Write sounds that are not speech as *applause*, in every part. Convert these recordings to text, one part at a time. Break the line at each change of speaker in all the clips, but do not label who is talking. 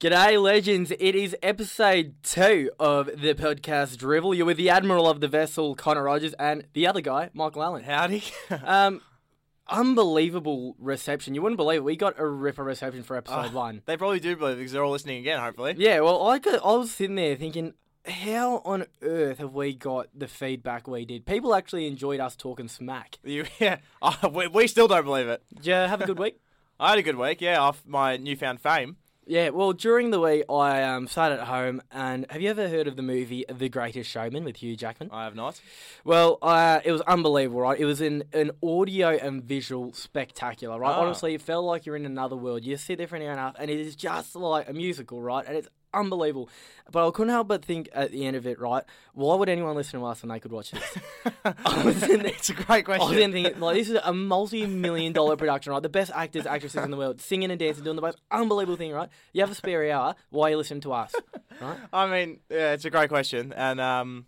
G'day, legends. It is episode two of the podcast Drivel. You're with the Admiral of the vessel, Connor Rogers, and the other guy, Michael Allen.
Howdy. *laughs*
Um, unbelievable reception. You wouldn't believe it. we got a ripper reception for episode one.
they probably do believe because they're all listening again, hopefully.
Yeah, well, I, could, I was sitting there thinking, how on earth have we got the feedback we did? People actually enjoyed us talking smack.
You, *laughs* yeah. Oh, we, we still don't believe it.
Did you have a good week?
I had a good week, yeah, off my newfound fame.
*laughs* Yeah, well, during the week, I um, sat at home and have you ever heard of the movie The Greatest Showman with Hugh Jackman?
I have not. *laughs*
Well, uh, it was unbelievable, right? It was an, an audio and visual spectacular, right?
Ah.
Honestly, it felt like you're in another world. You sit there for an hour and a half, and it is just like a musical, right? And it's unbelievable. But I couldn't help but think at the end of it, right? Why would anyone listen to us when they could watch this? was in there-
it's a great
I
question.
was then thinking, like, this is a multi-million dollar production, right? The best actors, actresses in the world, singing and dancing, doing the most unbelievable thing, right? You have a spare hour, why you listening to us, right?
I mean, yeah, it's a great question and um,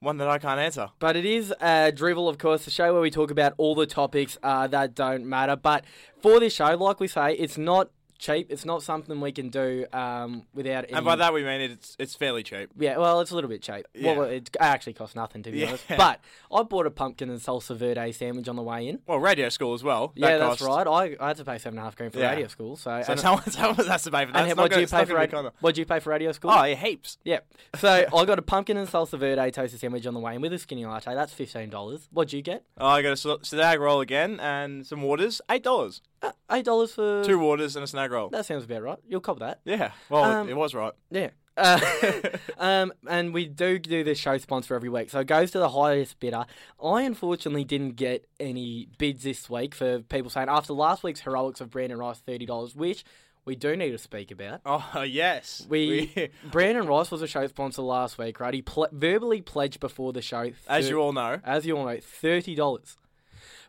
one that I can't answer.
But it is uh, Drivel, of course, the show where we talk about all the topics uh, that don't matter. But for this show, like we say, it's not cheap. It's not something we can do um, without any.
And by that we mean it's it's fairly cheap.
yeah, well, it's a little bit cheap.
Yeah.
Well, it actually costs nothing, to be
Yeah. *laughs*
honest. But I bought a pumpkin and salsa verde sandwich on the way in.
Well, radio school as well. That
yeah, that's
cost-
right. I, I had to pay seven and a half grand for
Yeah.
radio school. So,
So
and,
*laughs* someone, someone has to pay for that.
and
It's not
what do
gonna-
you
it's not
pay for?
gonna be
rad-
Connor.
What do you pay for radio school?
Oh, yeah, heaps.
Yeah.
*laughs*
So I got a pumpkin and salsa verde toasted sandwich on the way in with a skinny latte. That's fifteen dollars. What'd you get?
Oh, I got a sl- snag roll again and some waters. Eight dollars.
Uh, Eight dollars for
Two waters and a snag roll.
That sounds about right. You'll cop that.
Yeah. Well, it-
Um,
it was right. *laughs*
Yeah. Uh, *laughs* um, and we do do this show sponsor every week, so it goes to the highest bidder. I unfortunately didn't get any bids this week for people saying after last week's heroics of Brandon Rice thirty dollars, which we do need to speak about.
Oh *laughs* yes,
We, *laughs* Brandon Rice was a show sponsor last week, right? He ple- verbally pledged before the show,
as
thir-
you all know,
as you all know, thirty dollars.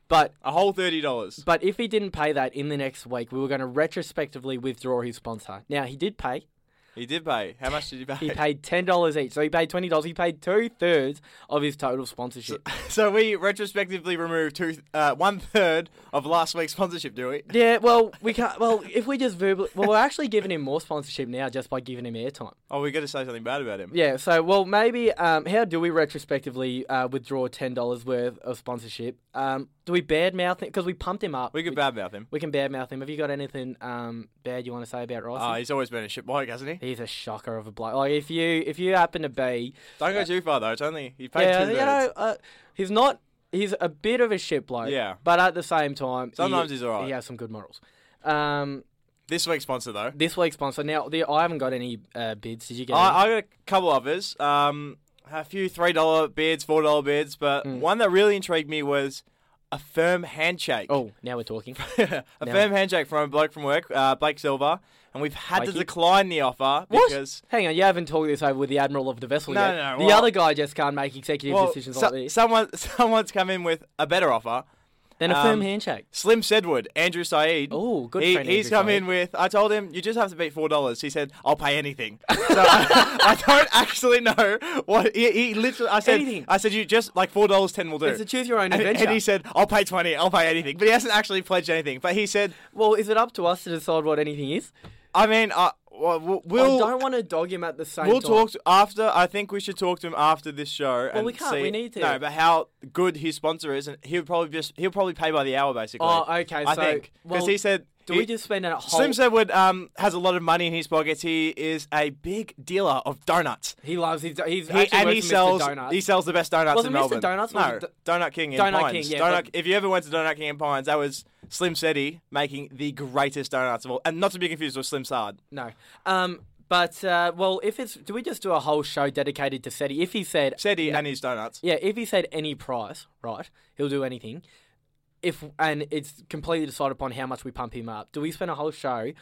But
a whole thirty dollars.
but if he didn't pay that in the next week, we were going to retrospectively withdraw his sponsor. Now he did pay,
He did pay. How much did he pay?
He paid ten dollars each, so he paid twenty dollars. He paid two thirds of his total sponsorship.
*laughs*
*laughs*
so we retrospectively removed two, uh, one third of last week's sponsorship, do we?
yeah, well, we can't. Well, if we just verbally, well, we're actually giving him more sponsorship now just by giving him airtime.
Oh, we got to say something bad about him.
Yeah, so well, maybe um, how do we retrospectively uh, withdraw ten dollars worth of sponsorship? Um, do we badmouth him because we pumped him up?
We could badmouth him.
we can badmouth him. Have you got anything um, bad you want to say about Rice?
Ah, he's always been a shit bloke, hasn't he?
He's a shocker of a bloke. Like if you if you happen to be
Don't go too far though. It's only he paid
yeah,
two
you
thirds.
know, uh, he's not. He's a bit of a shit bloke.
Yeah.
But at the same time, he-
Sometimes he's alright.
He has some good morals. Um,
This week's sponsor though,
this week's sponsor. Now, the, I haven't got any uh, bids. Did you get? any?
I, I got a couple others. Um, a few three dollar bids, four dollar bids, but
Hmm.
one that really intrigued me was a firm handshake.
oh, now we're talking.
*laughs* a firm handshake from a bloke from work, uh, Blake Silver, and we've had to
Blakey?
decline the offer
What?
because
Hang on, you haven't talked this over with the admiral of the vessel
No,
yet.
no, no,
the
well-
other guy just can't make executive
well,
decisions
so-
like this.
someone *laughs* someone's come in with a better offer.
Then a firm
um,
handshake.
Slim Sedwood, Andrew Saeed.
Oh, good
He,
friend,
he's
Andrew
come
Saeed.
in with. I told him you just have to beat four dollars. He said I'll pay
*laughs*
anything. So I, I don't actually know what he, he literally. I said
Anything.
I said you just like four dollars ten will do.
It's a choose your own
*laughs* and,
adventure.
and he said I'll pay twenty. I'll pay anything. But he hasn't actually pledged anything. But he said
well, is it up to us to decide what anything is?
I mean I well, we'll
I don't want to dog him at the same
We'll
time.
talk to, after. I think we should talk to him after this show. and
we can't,
See,
we need to.
No, but how good his sponsor is, and he'll probably just he'll probably pay by the hour, basically.
Oh, okay.
I
so,
think because
well,
he said
do
he,
we just spend a whole?
Slim Sedwood um has a lot of money in his pockets. He is a big dealer of donuts.
he loves his. He's
He,
actually
and
works
he
for Mr.
sells
Donuts.
he sells the best donuts
Was
in
it Mr.
Melbourne.
Donuts or
no,
was it
Donut King in
Donut
Pines.
King, yeah,
Donut,
but-
if you ever went to Donut King in Pines, that was Slim Seti making the greatest donuts of all, and not to be confused with Slim Sard.
No. Um, but uh, well, if it's do we just do a whole show dedicated to Seti? If he said
Seti and his donuts.
yeah, if he said any price, right, he'll do anything. If and it's completely decided upon how much we pump him up. Do we spend a whole show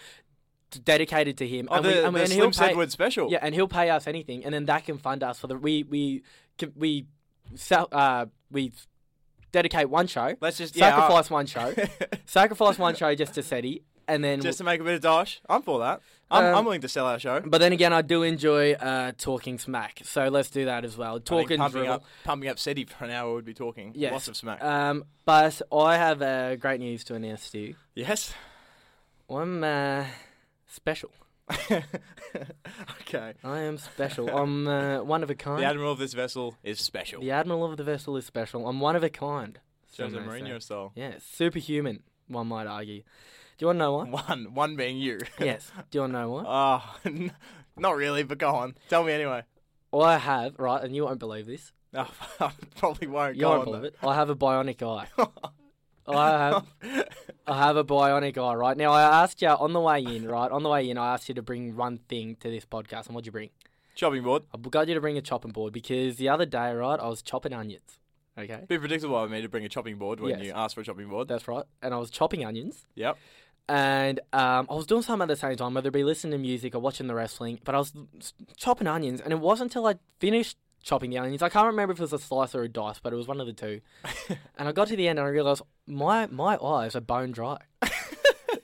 t- dedicated to him?
Oh,
and
the,
we, and, we-
the
and
Slim
he'll pay,
Sedwood special.
Yeah, and he'll pay us anything, and then that can fund us for the we we can- we sell uh we dedicate one show,
Let's just yeah, I'll-
sacrifice one show, *laughs*
*laughs*
sacrifice one show just to Seti, and then
just to make a bit of dosh. I'm for that. I'm,
Um,
I'm willing to sell our show.
But then again, I do enjoy uh, talking smack, so let's do that as well.
I mean,
Talking
pumping
drivel.
up, pumping up Seti for an hour would be talking.
Yes.
Lots of smack.
Um, but I have
*laughs*
uh, great news to announce to you.
yes.
I'm uh, special.
okay.
I am
*laughs*
special. I'm uh, one of a kind.
The admiral of this vessel is special.
The admiral of the vessel is special. I'm one of a kind. some
Jose
may say.
Mourinho style.
Yeah, superhuman. One might argue. Do you want to know
*laughs*
why?
One, one being you.
yes. Do you want to know why?
Oh, *laughs* n- not really, but go on. Tell me anyway. *laughs*
I have right, and you won't believe this.
Oh, I probably won't.
You
go
won't
on,
believe it.
though.
I have a bionic eye. Oh, I have I have a bionic eye, right? Now, I asked you on the way in, right? On the way in, I asked you to bring one thing to this podcast. And what'd you bring?
*laughs* Chopping board.
I got you to bring a chopping board because the other day, right, I was chopping onions. Okay.
Be predictable of me to bring a chopping board when
Yes.
you ask for a chopping board.
That's right. And I was chopping onions.
Yep.
And um, I was doing something at the same time, whether it be listening to music or watching the wrestling, but I was s- chopping onions. And it wasn't until I finished chopping the onions. I can't remember if it was a slice or a dice, but it was one of the two. and I got to the end and I realised my, my eyes are bone dry. *laughs*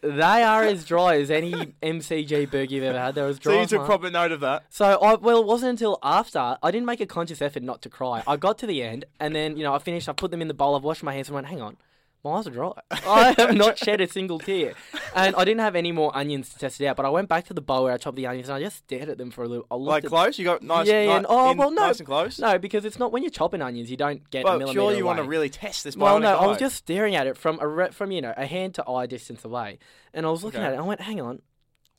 they are as dry as any MCG burger you've ever had. They're as dry
*laughs* So you
as
took
mine.
proper note of that.
So I well, it wasn't until after I didn't make a conscious effort not to cry. I got to the end, and then you know I finished. I put them in the bowl. I've washed my hands and went, "Hang on, my eyes are dry. *laughs* I have not shed a single tear." And I didn't have any more onions to test it out. But I went back to the bowl where I chopped the onions, and I just stared at them for a little. I looked
Like
at-
close? You got nice.
Yeah, yeah,
ni-
oh,
in-
well, no.
Nice and close?
no, because it's not when you're chopping onions, you don't get a
Well,
millimeter.
surely you want
away.
to really test this
Well,
bionic
no, I was
eye.
just staring at it from a re- from you know a hand to eye distance away, and I was looking
Okay.
at it. and I went, "Hang on,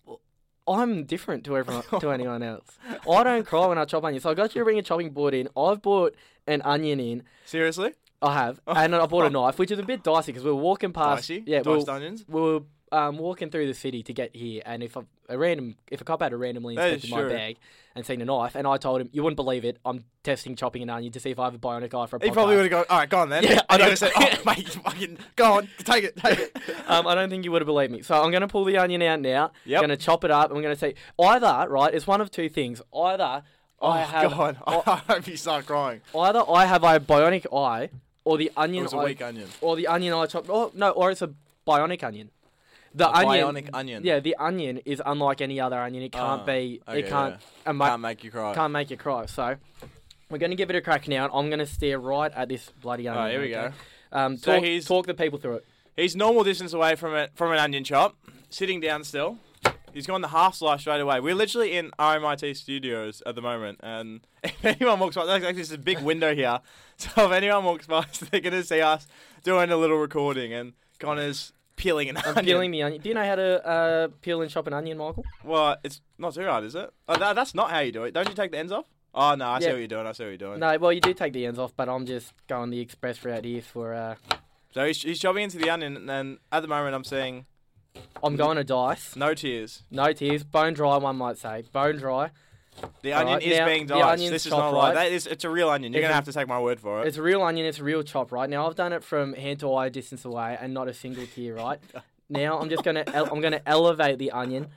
Well, I'm different to
*laughs*
everyone to anyone else. I don't cry when I chop onions. So I got you to bring a chopping board in. I've bought an onion in.
Seriously?
I have, and I bought a knife, which is a bit dicey because we were walking past.
Oh, Dicey?
Uh, Yeah, we
Diced
were,
onions?
we were um, walking through the city to get here, and if a, a random if a cop had a randomly
Hey,
inspected
sure.
my bag and seen a knife, and I told him, "You wouldn't believe it. I'm testing chopping an onion to see if I have a bionic eye for a
He
podcast."
probably would have gone, all right, go on
*laughs*
then.
Yeah, I
And he
know.
would have said, oh, mate, fucking, go on, take it, take it.
um, *laughs* I don't think you would have believed me. So I'm going to pull the onion out now.
Yep.
Going to chop it up. I'm going to say either right. It's one of two things. Either I
oh,
have
*laughs* God, I hope you start crying.
either I have a bionic eye, or the
It
onion
was a
I-
weak onion.
or the onion I chopped. Oh no, or it's a bionic onion. The onion.
Bionic onion.
Yeah, the onion is unlike any other onion. It can't
Ah,
be.
okay,
it can't. and ma-
Can't make you cry.
can't make you cry. So. We're going to give it a crack now, and I'm going to stare right at this bloody onion.
All right, here we go.
okay? Um,
So
talk,
he's-
talk the people through it.
He's normal distance away from a, from an onion chop, sitting down still. He's gone the half slice straight away. We're literally in RMIT studios at the moment, and *laughs* if anyone walks by, there's actually this big window here. *laughs* So if anyone walks by, *laughs* they're gonna see us doing a little recording, and Connor's peeling an
I'm
onion.
peeling the onion. Do you know how to uh, peel and chop an onion, Michael?
Well, it's not too hard, is it? Oh, that, that's not how you do it. Don't you take the ends off? Oh no, I see
Yeah.
what you're doing. I see what you're doing.
No, well, you do take the ends off, but I'm just going the express route here for. Uh,
So he's, he's chopping into the onion, and then at the moment I'm seeing
I'm going a dice.
no tears.
No tears. Bone dry, one might say. Bone dry.
The
All
onion
right,
is
now,
being
the
diced.
onion's
This is
chopped
not a lie.
right.
That is, it's a real onion. You're
It's
gonna
a-
have to take my word for it.
It's a real onion. It's a real chop, right? Now I've done it from hand to eye distance away, and not a single tear,
*laughs*
right? now I'm just gonna ele- I'm gonna elevate the onion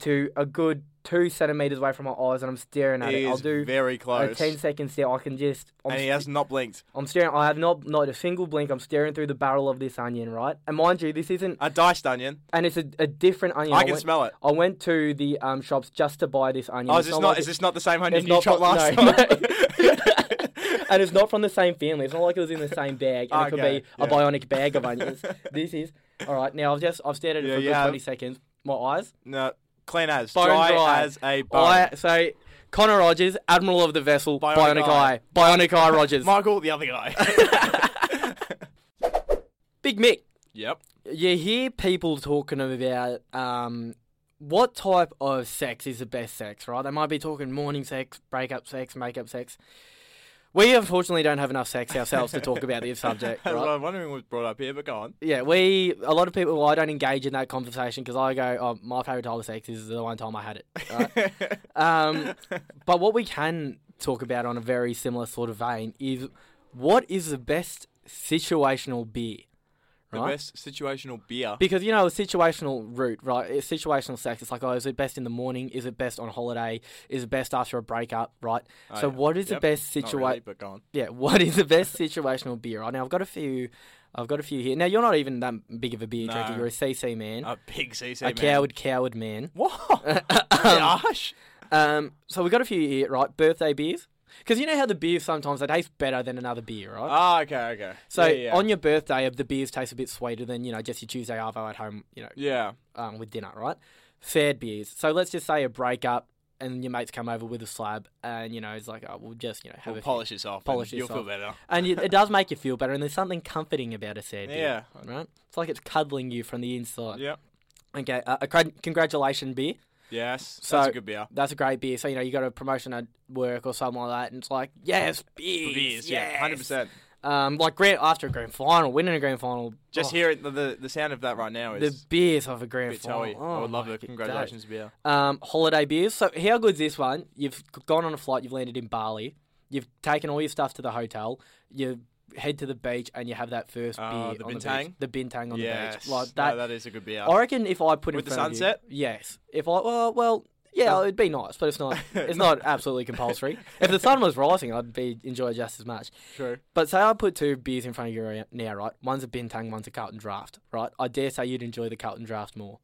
to a good two centimeters away from my eyes, and I'm staring at
He
it. I'll
is
do
very
a
close.
10 second stare. I can just. I'm
and he
st-
has not blinked.
I'm staring. I have not not a single blink. I'm staring through the barrel of this onion, right? And mind you, this isn't.
A diced onion.
And it's a, a different onion.
I
I
can
went-
smell it.
I went to the um, shops just to buy this onion.
Oh,
It's
is this not?
not like
is
it-
this not the same onion
it's
you
not
chopped
from-
last
no.
time?
*laughs*
*laughs*
and it's not from the same family. It's not like it was in the same bag, and it could
Okay,
be a
yeah.
bionic bag of
*laughs*
onions. this is all right. Now I've just I've stared at it
Yeah,
for a
you
good
have.
twenty seconds. My eyes.
no, clean as
Bone
dry,
dry.
as a bone.
I so Connor Rogers, Admiral of the vessel,
Bionic
Bionic,
Eye.
Eye, Bionic Eye Rogers,
Michael, the other
*laughs*
guy.
Big Mick.
yep.
You hear people talking about um, what type of sex is the best sex, right? They might be talking morning sex, breakup sex, makeup sex. We unfortunately don't have enough sex ourselves to talk about this subject,
That's what
right?
I'm wondering was brought up here, but go on.
Yeah, we a lot of people. I don't engage in that conversation because I go, "Oh, my favorite type of sex is the one time I had it." Right? um, but what we can talk about on a very similar sort of vein is what is the best situational beer,
The
right?
best situational beer.
Because you know, a situational route, right? It's situational sex. It's like, oh, is it best in the morning? Is it best on holiday? Is it best after a breakup? Right.
Oh,
so,
yeah.
what is
Yep.
the best
Not
situation?
really, but go on.
Yeah. What is the best situational beer? Right now, I've got a few. I've got a few here. Now, you're not even that big of a beer drinker.
No.
You're a CC man,
A big CC
a
man.
coward, coward man. *laughs*
What?
um,
Gosh.
um, so we got a few here, right? Birthday beers. Because you know how the beers sometimes they taste better than another beer, right?
Ah, okay, okay.
so
yeah, yeah.
on your birthday, the beers taste a bit sweeter than you know just your Tuesday arvo at home, you know,
yeah.
um, with dinner, right? fared beers. So let's just say a breakup and your mates come over with a slab and, you know, it's like, oh, we'll just, you know, have
We'll
a few.
polish this off. and
Polish this
You'll feel
off.
better.
And you, it does make you feel better and there's something comforting about a sad beer.
Yeah.
Right? It's like it's cuddling you from the inside.
Yep.
Okay, uh, a con- congratulation beer.
Yes.
So-
that's a good beer.
That's a great beer. So, you know, you got a promotion at work or something like that and it's like, yes, beers.
Beers. Yeah. Hundred
yes.
percent.
Um, like grand, after a grand final, winning a grand final.
Just
oh,
hear it, the, the the sound of that right now
the
is
beers of a
a
grand
bit
final. Oh
toey. I would love
my
it. Congratulations, beer.
God. Um, holiday beers. So how good's this one? You've gone on a flight. You've landed in Bali. You've taken all your stuff to the hotel. You head to the beach and you have that first
Ah,
beer
the
on
bintang?
the beach. The bintang on the
Yes.
beach. Like
No,
that.
that is a good beer.
I reckon if I put in
With the
front of you-
sunset?
yes. If I well, well yeah,
No.
it'd be nice, but it's
*laughs*
not. It's not absolutely compulsory. If the sun was rising, I'd be enjoy just as much.
True.
But say I put two beers in front of you right now, right? One's a Bintang, one's a Carlton Draft, right? I dare say you'd enjoy the Carlton Draft more.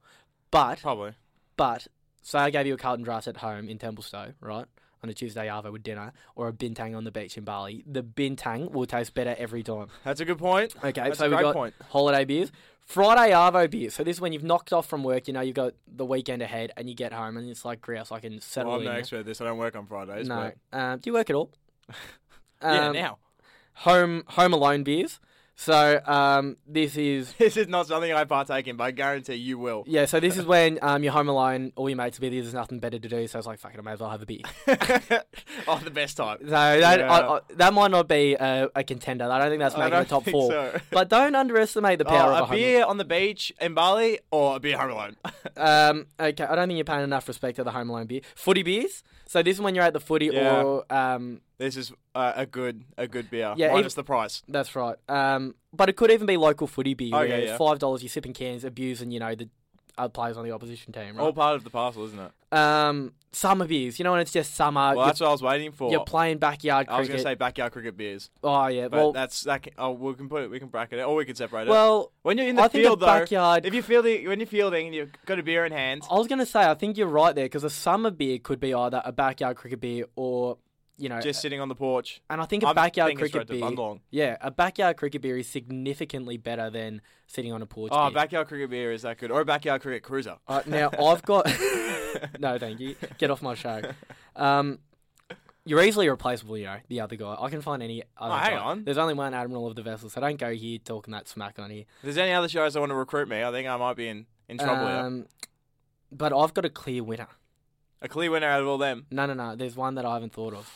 But,
Probably.
but, say I gave you a Carlton Draft at home in Templestowe, right? On a Tuesday Arvo with dinner, or a Bintang on the beach in Bali. The Bintang will taste better every time.
That's a good point.
Okay,
That's
so
a
we
great
got
point.
holiday beers. Friday Arvo beers. So this is when you've knocked off from work, you know, you've got the weekend ahead and you get home and it's like grouse, I can settle
Well, I'm
in.
no
now.
expert at this. I don't work on Fridays.
no.
But,
Um, do you work at all?
*laughs* yeah.
Um,
Now *laughs*
home home alone beers. So um, this is
this is not something I partake in, but I guarantee you will.
yeah. So this is when um, you're home alone, all your mates are busy. There's nothing better to do, so it's like fuck it, I may as well have a beer.
*laughs* oh, the best type.
So that
Yeah.
I, I, that might not be a, a contender. I don't think that's
I
making
don't
the top
think
four.
so.
But don't underestimate the power
Oh,
of
a beer on the beach in Bali or a beer home alone. *laughs*
Home, um, okay, I don't think you're paying enough respect to the home alone beer. Footy beers. So this is when you're at the footy
Yeah.
or um,
this is uh, a good a good beer.
Yeah,
Yeah,
even-
minus the price.
That's right. Um, but it could even be local footy beer.
Okay,
where
yeah.
Five dollars, you're sipping cans, abusing you know the other players on the opposition team. Right?
All part of the parcel, isn't it?
um, summer beers. You know, when it's just summer,
Well,
you're,
that's Oh. what I was waiting for.
you're playing backyard
I was
cricket.
going to say backyard cricket beers,
oh yeah,
but
well,
that's that. Can, oh, we can put it, we can bracket it, or we can separate it.
well,
When you're in the
I think
field,
the
though,
backyard.
if you're fielding, when you're fielding, and you've got a beer in hand,
I was gonna say, I think you're right there because a summer beer could be either a backyard cricket beer or you know,
just sitting on the porch,
and I think a
I'm
backyard
thinking
cricket
straight to
beer.
Bundong.
Yeah, a backyard cricket beer is significantly better than sitting on a porch.
Oh,
beer.
backyard cricket beer is that good, or a backyard cricket cruiser.
*laughs* Uh, now I've
*laughs*
got no, thank you. Get off my show. Um, you're easily replaceable, you know. The other guy, I can find any. Other
Oh, hang
guy.
on.
There's only one admiral of the vessel, so don't go here talking that smack on here.
If there's any other shows that want to recruit me, I think I might be in, in trouble. here.
Um, but I've got a clear winner.
A clear winner out of all them.
No, no, no. There's one that I haven't thought of.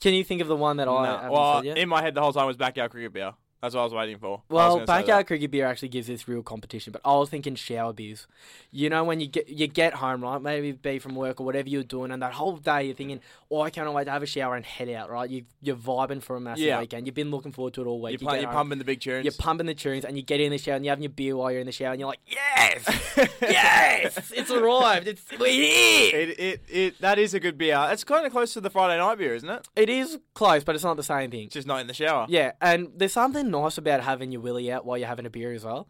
Can you think of the one that I
No.
haven't
Well,
said yet?
in my head the whole time was backyard cricket beer. That's what I was waiting for. I was
Well,
gonna say that.
backyard cricket beer actually gives this real competition, but I was thinking shower beers. You know, when you get you get home, right? Maybe be from work or whatever you're doing, and that whole day you're thinking, "Oh, I cannot wait to have a shower and head out." Right? You you're vibing for a massive
Yeah.
weekend. You've been looking forward to it all week.
You're,
You
pl-
get
you're
home,
pumping the big tunes.
You're pumping the tunes, and you get in the shower, and you're having your beer while you're in the shower, and you're like,
*laughs*
"Yes, yes, it's arrived. It's we're here."
It, it, it, that is a good beer. It's kind of close to the Friday night beer, isn't it?
It is close, but it's not the same thing.
It's just not in the shower.
Yeah, and there's something nice about having your willy out while you're having a beer as well.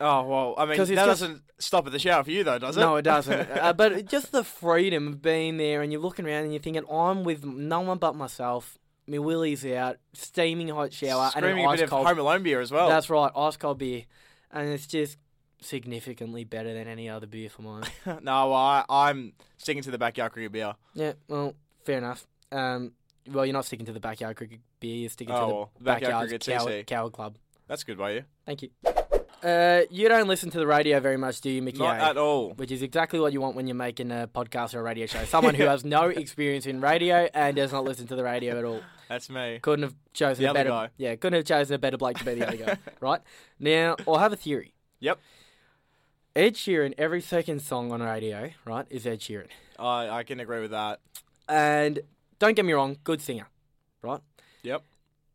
Oh, well, I mean,
'Cause
that
it's just-
doesn't stop at the shower for you, though, does it?
No, it
*laughs*
doesn't. uh, but it- just the freedom of being there and you're looking around and you're thinking, I'm with no one but myself. My willy's out, steaming hot shower, and
Screaming
an
a
ice
bit of
cold.
Home Alone beer as well.
That's right, ice cold beer, and it's just significantly better than any other beer for
*laughs*
mine.
no, well, I, I'm sticking to the backyard cricket beer.
yeah, well, fair enough. Um, well, you're not sticking to the backyard cricket beer. You're sticking
Oh,
to the
well, backyard
backyard
cricket
cow,
CC.
cow club.
That's good by you.
Thank you. Uh, you don't listen to the radio very much, do you, Mickey?
Not
A?
at all.
Which is exactly what you want when you're making a podcast or a radio
*laughs*
show. Someone who has no experience in radio and does not listen to the radio at all.
That's me.
Couldn't have chosen
The
a
other
better
guy.
Yeah, couldn't have chosen a better bloke to be the other
*laughs*
guy. Right? Now I have a theory.
Yep.
Ed Sheeran, every second song on radio, right, is Ed Sheeran.
I, I can agree with that.
And don't get me wrong, good singer. Right?
Yep.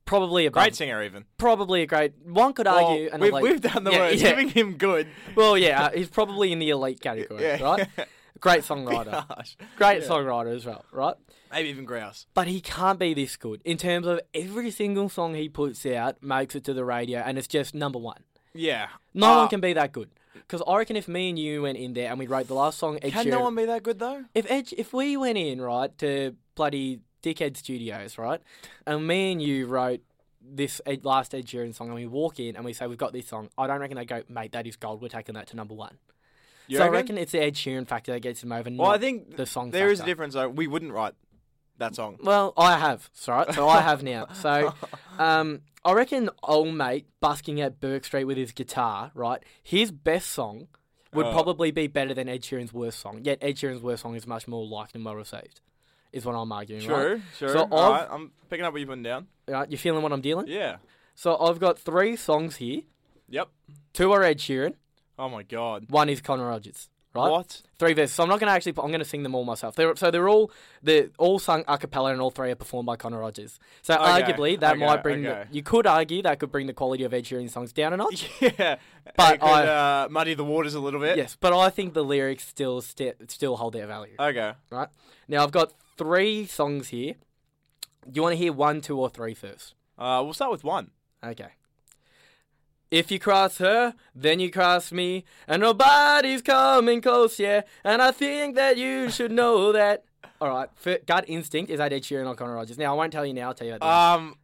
Probably a
Great singer, even.
probably a great one could
Well,
argue and I'm
we've,
like,
we've done the
Yeah,
words.
yeah.
Giving him good.
*laughs* Well yeah, uh, he's probably in the elite category,
Yeah. *laughs*
right? Great songwriter.
Gosh.
Great
Yeah.
songwriter as well, right?
Maybe even grouse.
but he can't be this good in terms of every single song he puts out makes it to the radio and it's just number one.
Yeah.
No one
Uh,
can be that good. Because I reckon if me and you went in there and we wrote the last song, Ed
Can
Sheeran,
no one be that good, though?
if Ed, if we went in right to bloody Dickhead Studios, right, and me and you wrote this Ed, last Ed Sheeran song, and we walk in and we say we've got this song, I don't reckon they go, mate, that is gold. We're taking that to number one.
You
so I
reckon?
reckon it's the Ed Sheeran factor that gets him over.
Well, I
not
think
the song.
there is a
factor.
difference though. We wouldn't write that song.
Well, I have. It's all right. So I have
*laughs*
now. So um, I reckon old mate busking at Burke Street with his guitar, right? His best song would
Oh.
probably be better than Ed Sheeran's worst song. Yet Ed Sheeran's worst song is much more liked and well received, is what I'm arguing. Right?
True, sure.
So
All right,
I've-
I'm picking up what you're putting down.
Right, You feeling what I'm dealing?
Yeah.
So I've got three songs here.
Yep.
Two are Ed Sheeran.
Oh my god.
One is Conor Rogers. Right.
What? *laughs*
Three verses. So I'm not going to actually. I'm going to sing them all myself. They're, so they're all they're all sung a cappella, and all three are performed by Conor Rogers. So
Okay,
arguably that
okay,
might bring.
okay.
The, you could argue that could bring the quality of Ed Sheeran's songs down a
*laughs*
notch.
yeah.
But
it could, uh, muddy the waters a little bit.
yes, but I think the lyrics still st- still hold their value.
Okay.
right now, I've got three songs here. Do you want to hear one, two, or three first?
Uh, we'll start with one.
Okay. If you cross her, then you cross me, and nobody's coming close, yeah. And I think that you should know that. All right, for gut instinct is I did Sheeran or Conor Rogers. Now I won't tell you now. I'll tell you at the end.
Um,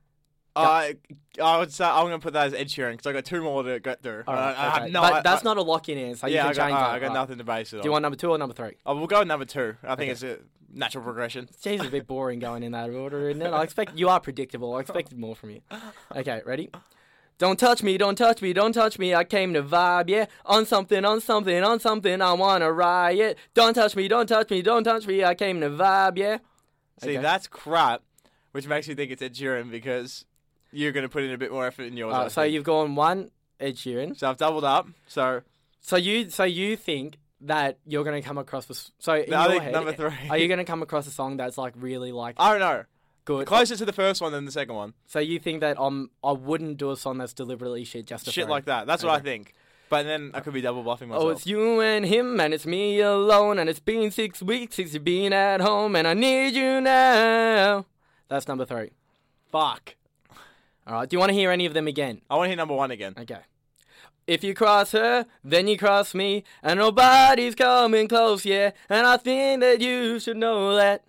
I I would say I'm gonna put that as Ed Sheeran because I got two more to get through. Uh,
All right,
I, I
okay.
have no.
but
I-
that's
I-
not a lock-in answer. You
yeah,
can
I got,
change
all right,
that.
I got
All right.
nothing to base it on.
Do you want number two or number three?
Oh, we'll go with number two. I think it's a natural progression.
Jeez, it's a bit boring going in that order, isn't it? I expect you are predictable. I expected more from you. Okay, ready? Don't touch me, don't touch me, don't touch me. I came to vibe, yeah. On something, on something, on something. I wanna riot. Don't touch me, don't touch me, don't touch me. I came to vibe, yeah.
See,
Okay.
that's crap, which makes me think it's Ed Sheeran because you're gonna put in a bit more effort in yours. I
Alright, Oh, so
think.
you've gone one Ed Sheeran.
So I've doubled up. So
So you, so you think that you're gonna come across with so in
No, I
your
think
head, eh?
number three. Uh,
Are you gonna come across a song that's like really like
*laughs* I don't know.
good?
Closer to the first one than the second one.
So you think that I'm I wouldn't do a song that's deliberately shit just to
Shit
throw-
like that. That's what I
Okay.
think. But then I could be double bluffing myself.
Oh, it's you and him, and it's me alone, and it's been six weeks since you've been at home, and I need you now. That's number three.
fuck.
All right, do you want to hear any of them again?
I want to hear number one again.
Okay. If you cross her, then you cross me, and nobody's coming close, yeah, and I think that you should know that.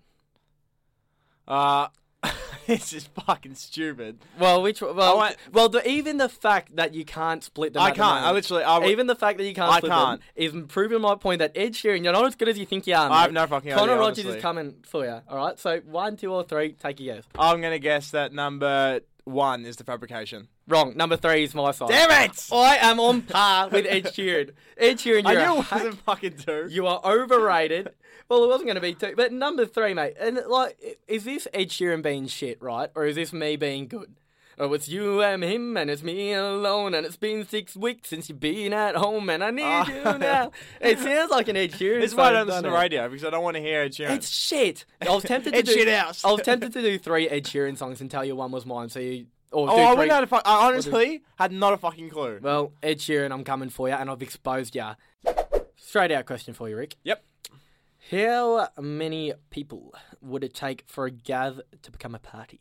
Uh, *laughs* this is fucking stupid.
Well, which well,
want-
well, the, even the fact that you can't split them,
I
at the
can't. I
moment-
literally. I, w-
Even the fact that you can't
I
split
can't.
them is proving my point that Ed Sheeran, you're not as good as you think you are. Mate.
I have no fucking
Connor
idea.
Rogers
honestly.
is coming for you. All right, so one, two, or three. Take a guess.
I'm gonna guess that number one is the fabrication.
Wrong. Number three is my side.
Damn it!
I am on par with Ed Sheeran. Ed Sheeran,
I
Oh, you're
knew
a
it wasn't fucking two.
You are overrated. Well, it wasn't going to be two, but number three, mate. And like, i- is this Ed Sheeran being shit, right, or is this me being good? Oh, it's you and him, and it's me alone, and it's been six weeks since you've been at home, and I need
Ah.
you now. It sounds like an Ed Sheeran.
*laughs* This is why I
song,
don't listen to
doesn't it?
radio because I don't want to hear Ed Sheeran.
It's shit. I
*laughs*
was tempted to
Ed
do.
Sheeran house.
I was
*laughs*
tempted to do three Ed Sheeran songs and tell you one was mine. So you. Or
oh,
do
I
three-
wouldn't have. a fuck- I honestly had not a fucking clue.
Well, Ed Sheeran, I'm coming for you, and I've exposed you. Straight out question for you, Rick.
Yep.
How many people would it take for a gav to become a party?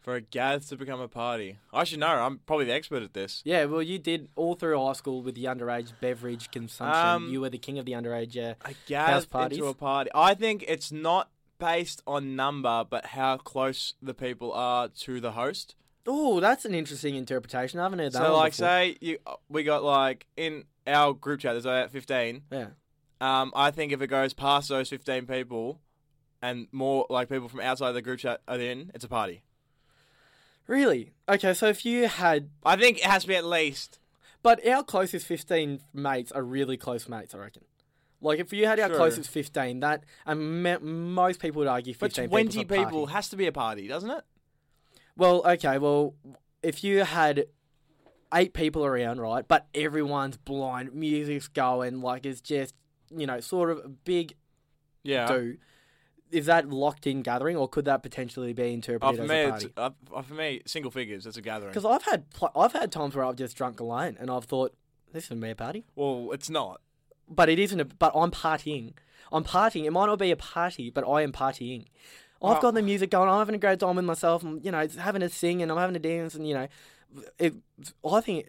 For a Gath to become a party, I should know. I'm probably the expert at this.
Yeah, well, you did all through high school with the underage beverage consumption.
Um,
you were the king of the underage. Uh,
A
House
Gath
parties?
into a party. I think it's not based on number, but how close the people are to the host.
oh, that's an interesting interpretation. I haven't heard that.
So,
one
like,
before.
say you, uh, we got like in our group chat. There's about fifteen.
yeah.
Um, I think if it goes past those fifteen people, and more like people from outside the group chat are in, it's a party.
Really? Okay, so if you had,
I think it has to be at least.
but our closest fifteen mates are really close mates. I reckon. Like if you had our
Sure.
closest fifteen, that and me- most people would argue
But
fifteen.
twenty
people's a
people
party.
has to be a party, doesn't it?
Well, okay. Well, if you had eight people around, right, but everyone's blind, music's going, like it's just you know sort of a big
Yeah.
do. Is that locked in gathering, or could that potentially be
Oh,
interpreted
for
as
me,
a
it's,
party?
uh, uh, for me, single figures. It's a gathering.
Because I've had pl- I've had times where I've just drunk alone, and I've thought this is a mere party.
Well, it's not.
but it isn't. A, but I'm partying. I'm partying. It might not be a party, but I am partying. I've
Oh.
got the music going. I'm having a great time with myself. I'm, you know, it's having a sing and I'm having a dance, and you know, it. I think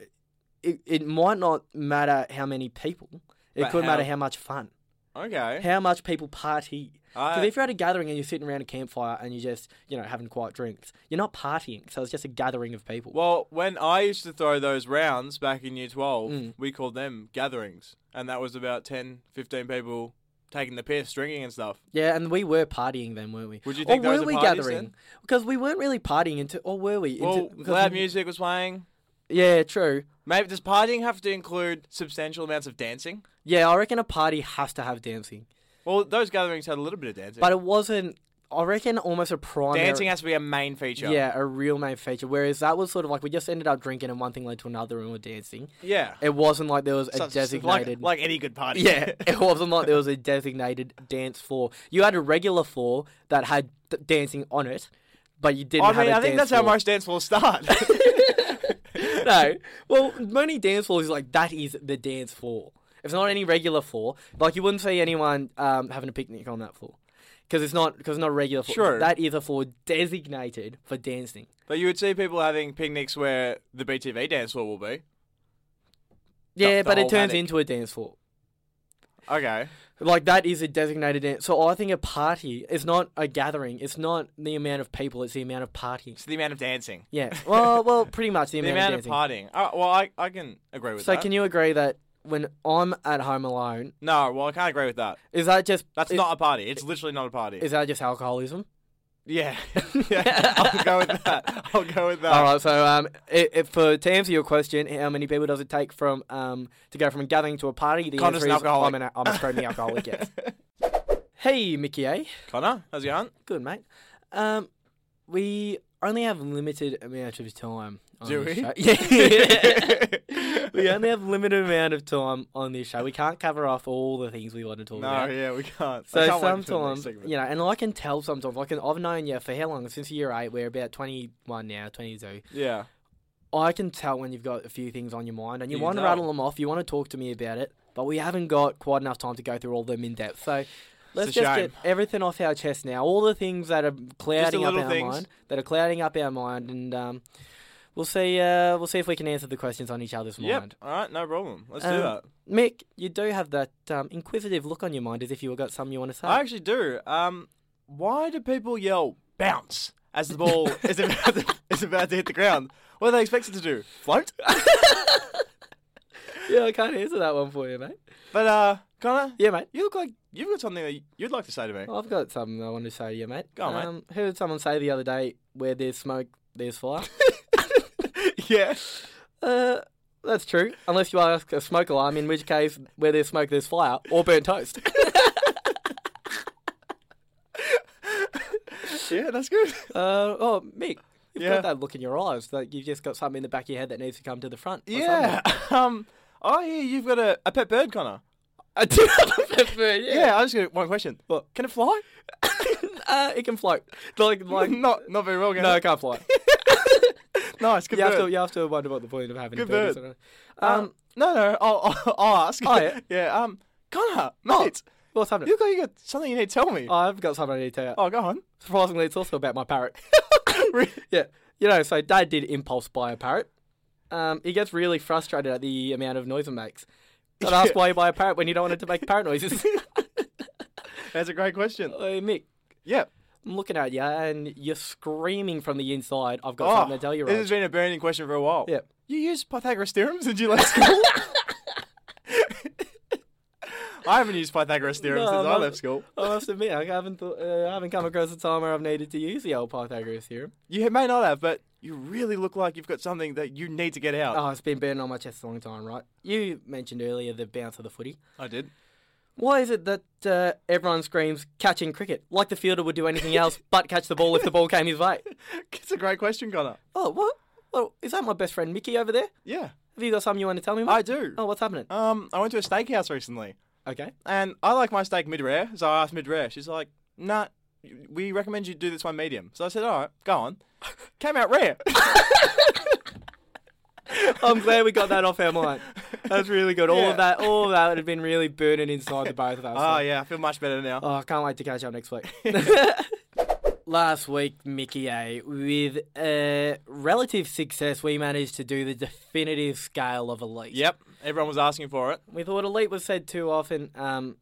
it, it might not matter how many people. It
But
could matter
how-
how much fun.
Okay.
How much people party. Because
I,
if you're at a gathering and you're sitting around a campfire and you're just, you know, having quiet drinks, you're not partying. So it's just a gathering of people.
well, when I used to throw those rounds back in year 12,
Mm.
we called them gatherings. And that was about 10, 15 people taking the piss, drinking and stuff.
Yeah, and we were partying then, weren't we?
Would you think
or
those
were
are
we
parties
gathering? Because we weren't really partying into, or were we? Into,
Well,
'cause
loud
we-
music was playing.
Yeah, true.
Maybe does partying have to include substantial amounts of dancing?
Yeah, I reckon a party has to have dancing,
Well, those gatherings had a little bit of dancing.
but it wasn't. I reckon almost a primary.
dancing has to be a main feature.
Yeah, a real main feature. Whereas that was sort of like we just ended up drinking and one thing led to another and we were dancing.
Yeah.
It wasn't like there was a
So- so like-
designated.
like, any good
*laughs*
party.
yeah, it wasn't like there was a designated dance floor. You had a regular floor that had d- dancing on it, but you didn't
I
have
mean,
a
I think
dance
that's how
floor.
most dance
*laughs*
floors start. *laughs*
no. Well, many dance floors is like that is the dance floor. It's not any regular floor. Like you wouldn't see anyone um, having a picnic on that floor because it's not because it's not a regular floor.
Sure.
That is a floor designated for dancing.
but you would see people having picnics where the BTV dance floor will be.
Yeah,
the
but it
whole
turns
attic.
into a dance floor.
Okay.
Like that is a designated dance. So I think a party is not a gathering. It's not the amount of people. It's the amount of parties.
It's the amount of dancing.
Yeah.
*laughs*
Well, well, pretty much the
The
amount,
amount
of
of
dancing.
partying. All right, well, I, I can agree with
so
that.
can you agree that when I'm at home alone,
no, well, I can't agree with that.
is that just
That's
is-
not a party. It's literally not a party.
is that just alcoholism? *laughs*
yeah. *laughs* yeah. I'll go with that. I'll go with that.
All right. So, um, i if for to answer your question, how many people does it take from um to go from a gathering to a party? The
Connor's
answer
an
is
alcoholic.
I'm, an, I'm a screaming alcoholic.
*laughs*
Yes. Hey, Mickey. A.
Connor, how's it going?
Good mate. Um, we only have limited amount of time. On
Do
this
we?
Show. *laughs* Yeah. we only have limited amount of time on this show. We can't cover off all the things we want to talk
No,
about.
yeah, we can't. I
So
can't wait for the next
sometimes,
segment.
you know, and I can tell sometimes, like, I've known you for how long? Since year eight, we're about 21 now, 22.
Yeah.
I can tell when you've got a few things on your mind and you,
You
want to
know.
rattle them off, you want to talk to me about it, but we haven't got quite enough time to go through all of them in depth. So let's
a
just
shame.
get everything off our chest now. All the things that are clouding up
little
our
things.
mind, that are clouding up our mind, and um, we'll see. Uh, we'll see if we can answer the questions on each other's mind.
Yep. All right, no problem. Let's
Um,
do that.
Mick, you do have that um, inquisitive look on your mind, as if you got something you want to say.
I actually do. Um, why do people yell bounce as the *laughs* ball is about to, is about to hit the ground? What are they expected to do? Float?
*laughs* yeah, I can't answer that one for you, mate.
But uh, Connor,
Yeah, mate.
you look like you've got something that you'd like to say to me.
I've got something I want to say to you, mate.
Go on, mate.
um, mate. Heard someone say the other day, "Where there's smoke, there's fire."
*laughs* yeah.
Uh, that's true. Unless you ask a smoke alarm, in which case, where there's smoke, there's fire or burnt toast.
Yeah, that's good.
*laughs* Uh, oh, Mick, you've
Yeah.
got that look in your eyes that you've just got something in the back of your head that needs to come to the front. or
*laughs* Yeah. Um. Oh yeah, you've got a, a pet bird, Connor.
something. I do have *laughs* a pepper,
Yeah.
yeah. *laughs*
I just got one question. What? Can it fly?
uh, it can float. Like, like, *laughs*
*laughs* not not very well. Can
no,
it?
it can't fly.
*laughs* nice. Good
You have,
bird.
to, you have to wonder what the point of having a
Good
bird is.
bird.
right?
Um,
Um,
no, no. I'll, I'll, I'll ask.
Oh, yeah.
*laughs* yeah. Um, Connor, mate, Oh.
what's happening?
you look like you got something you need to tell me.
I've got something I need to tell you.
oh, go *laughs* on.
Surprisingly, it's also about my parrot. yeah. You know, so dad did impulse buy a parrot. Um, he gets really frustrated at the amount of noise it makes. Don't ask
Yeah.
why you buy a parrot when you don't want it to make parrot noises. *laughs*
That's a great question.
hey, Mick,
Yeah.
I'm looking at you and you're screaming from the inside. I've got something to tell you,
Oh, This
*laughs*
has
right?
been a burning question for a while.
Yeah.
You used Pythagoras theorems since you
*laughs*
left school? I haven't used Pythagoras theorems
No,
since I
I'm-
left school.
I must admit, I haven't, thought uh, I haven't come across a time where I've needed to use the old Pythagoras theorem.
You may not have, but you really look like you've got something that you need to get out.
Oh, it's been burning on my chest a long time, right? You mentioned earlier the bounce of the footy.
I did. *laughs*
Why is it that uh, everyone screams catching cricket like the fielder would do anything else but catch the ball if the ball came his way?
It's a great question, Connor.
Oh, what? Well, is that my best friend Mickey over there?
Yeah,
Have you got something you want to tell me, mate?
I do.
Oh, what's happening?
Um, I went to a steakhouse recently,
Okay.
and I like my steak mid-rare, so I asked mid-rare. She's like, nah, we recommend you do this one medium. So I said, all right, go on.
*laughs*
Came out rare.
*laughs*
*laughs*
I'm glad we got that off our mind. That's really good. All
Yeah.
of that, all of that would have been really burning inside the both of us.
*laughs* Oh, yeah, I feel much better now.
Oh, I can't wait to catch up next
*laughs*
week. *laughs* Last week, Mickey A, with uh, relative success, we managed to do the definitive scale of elite.
Yep, everyone was asking for it.
We thought elite was said too often. Um,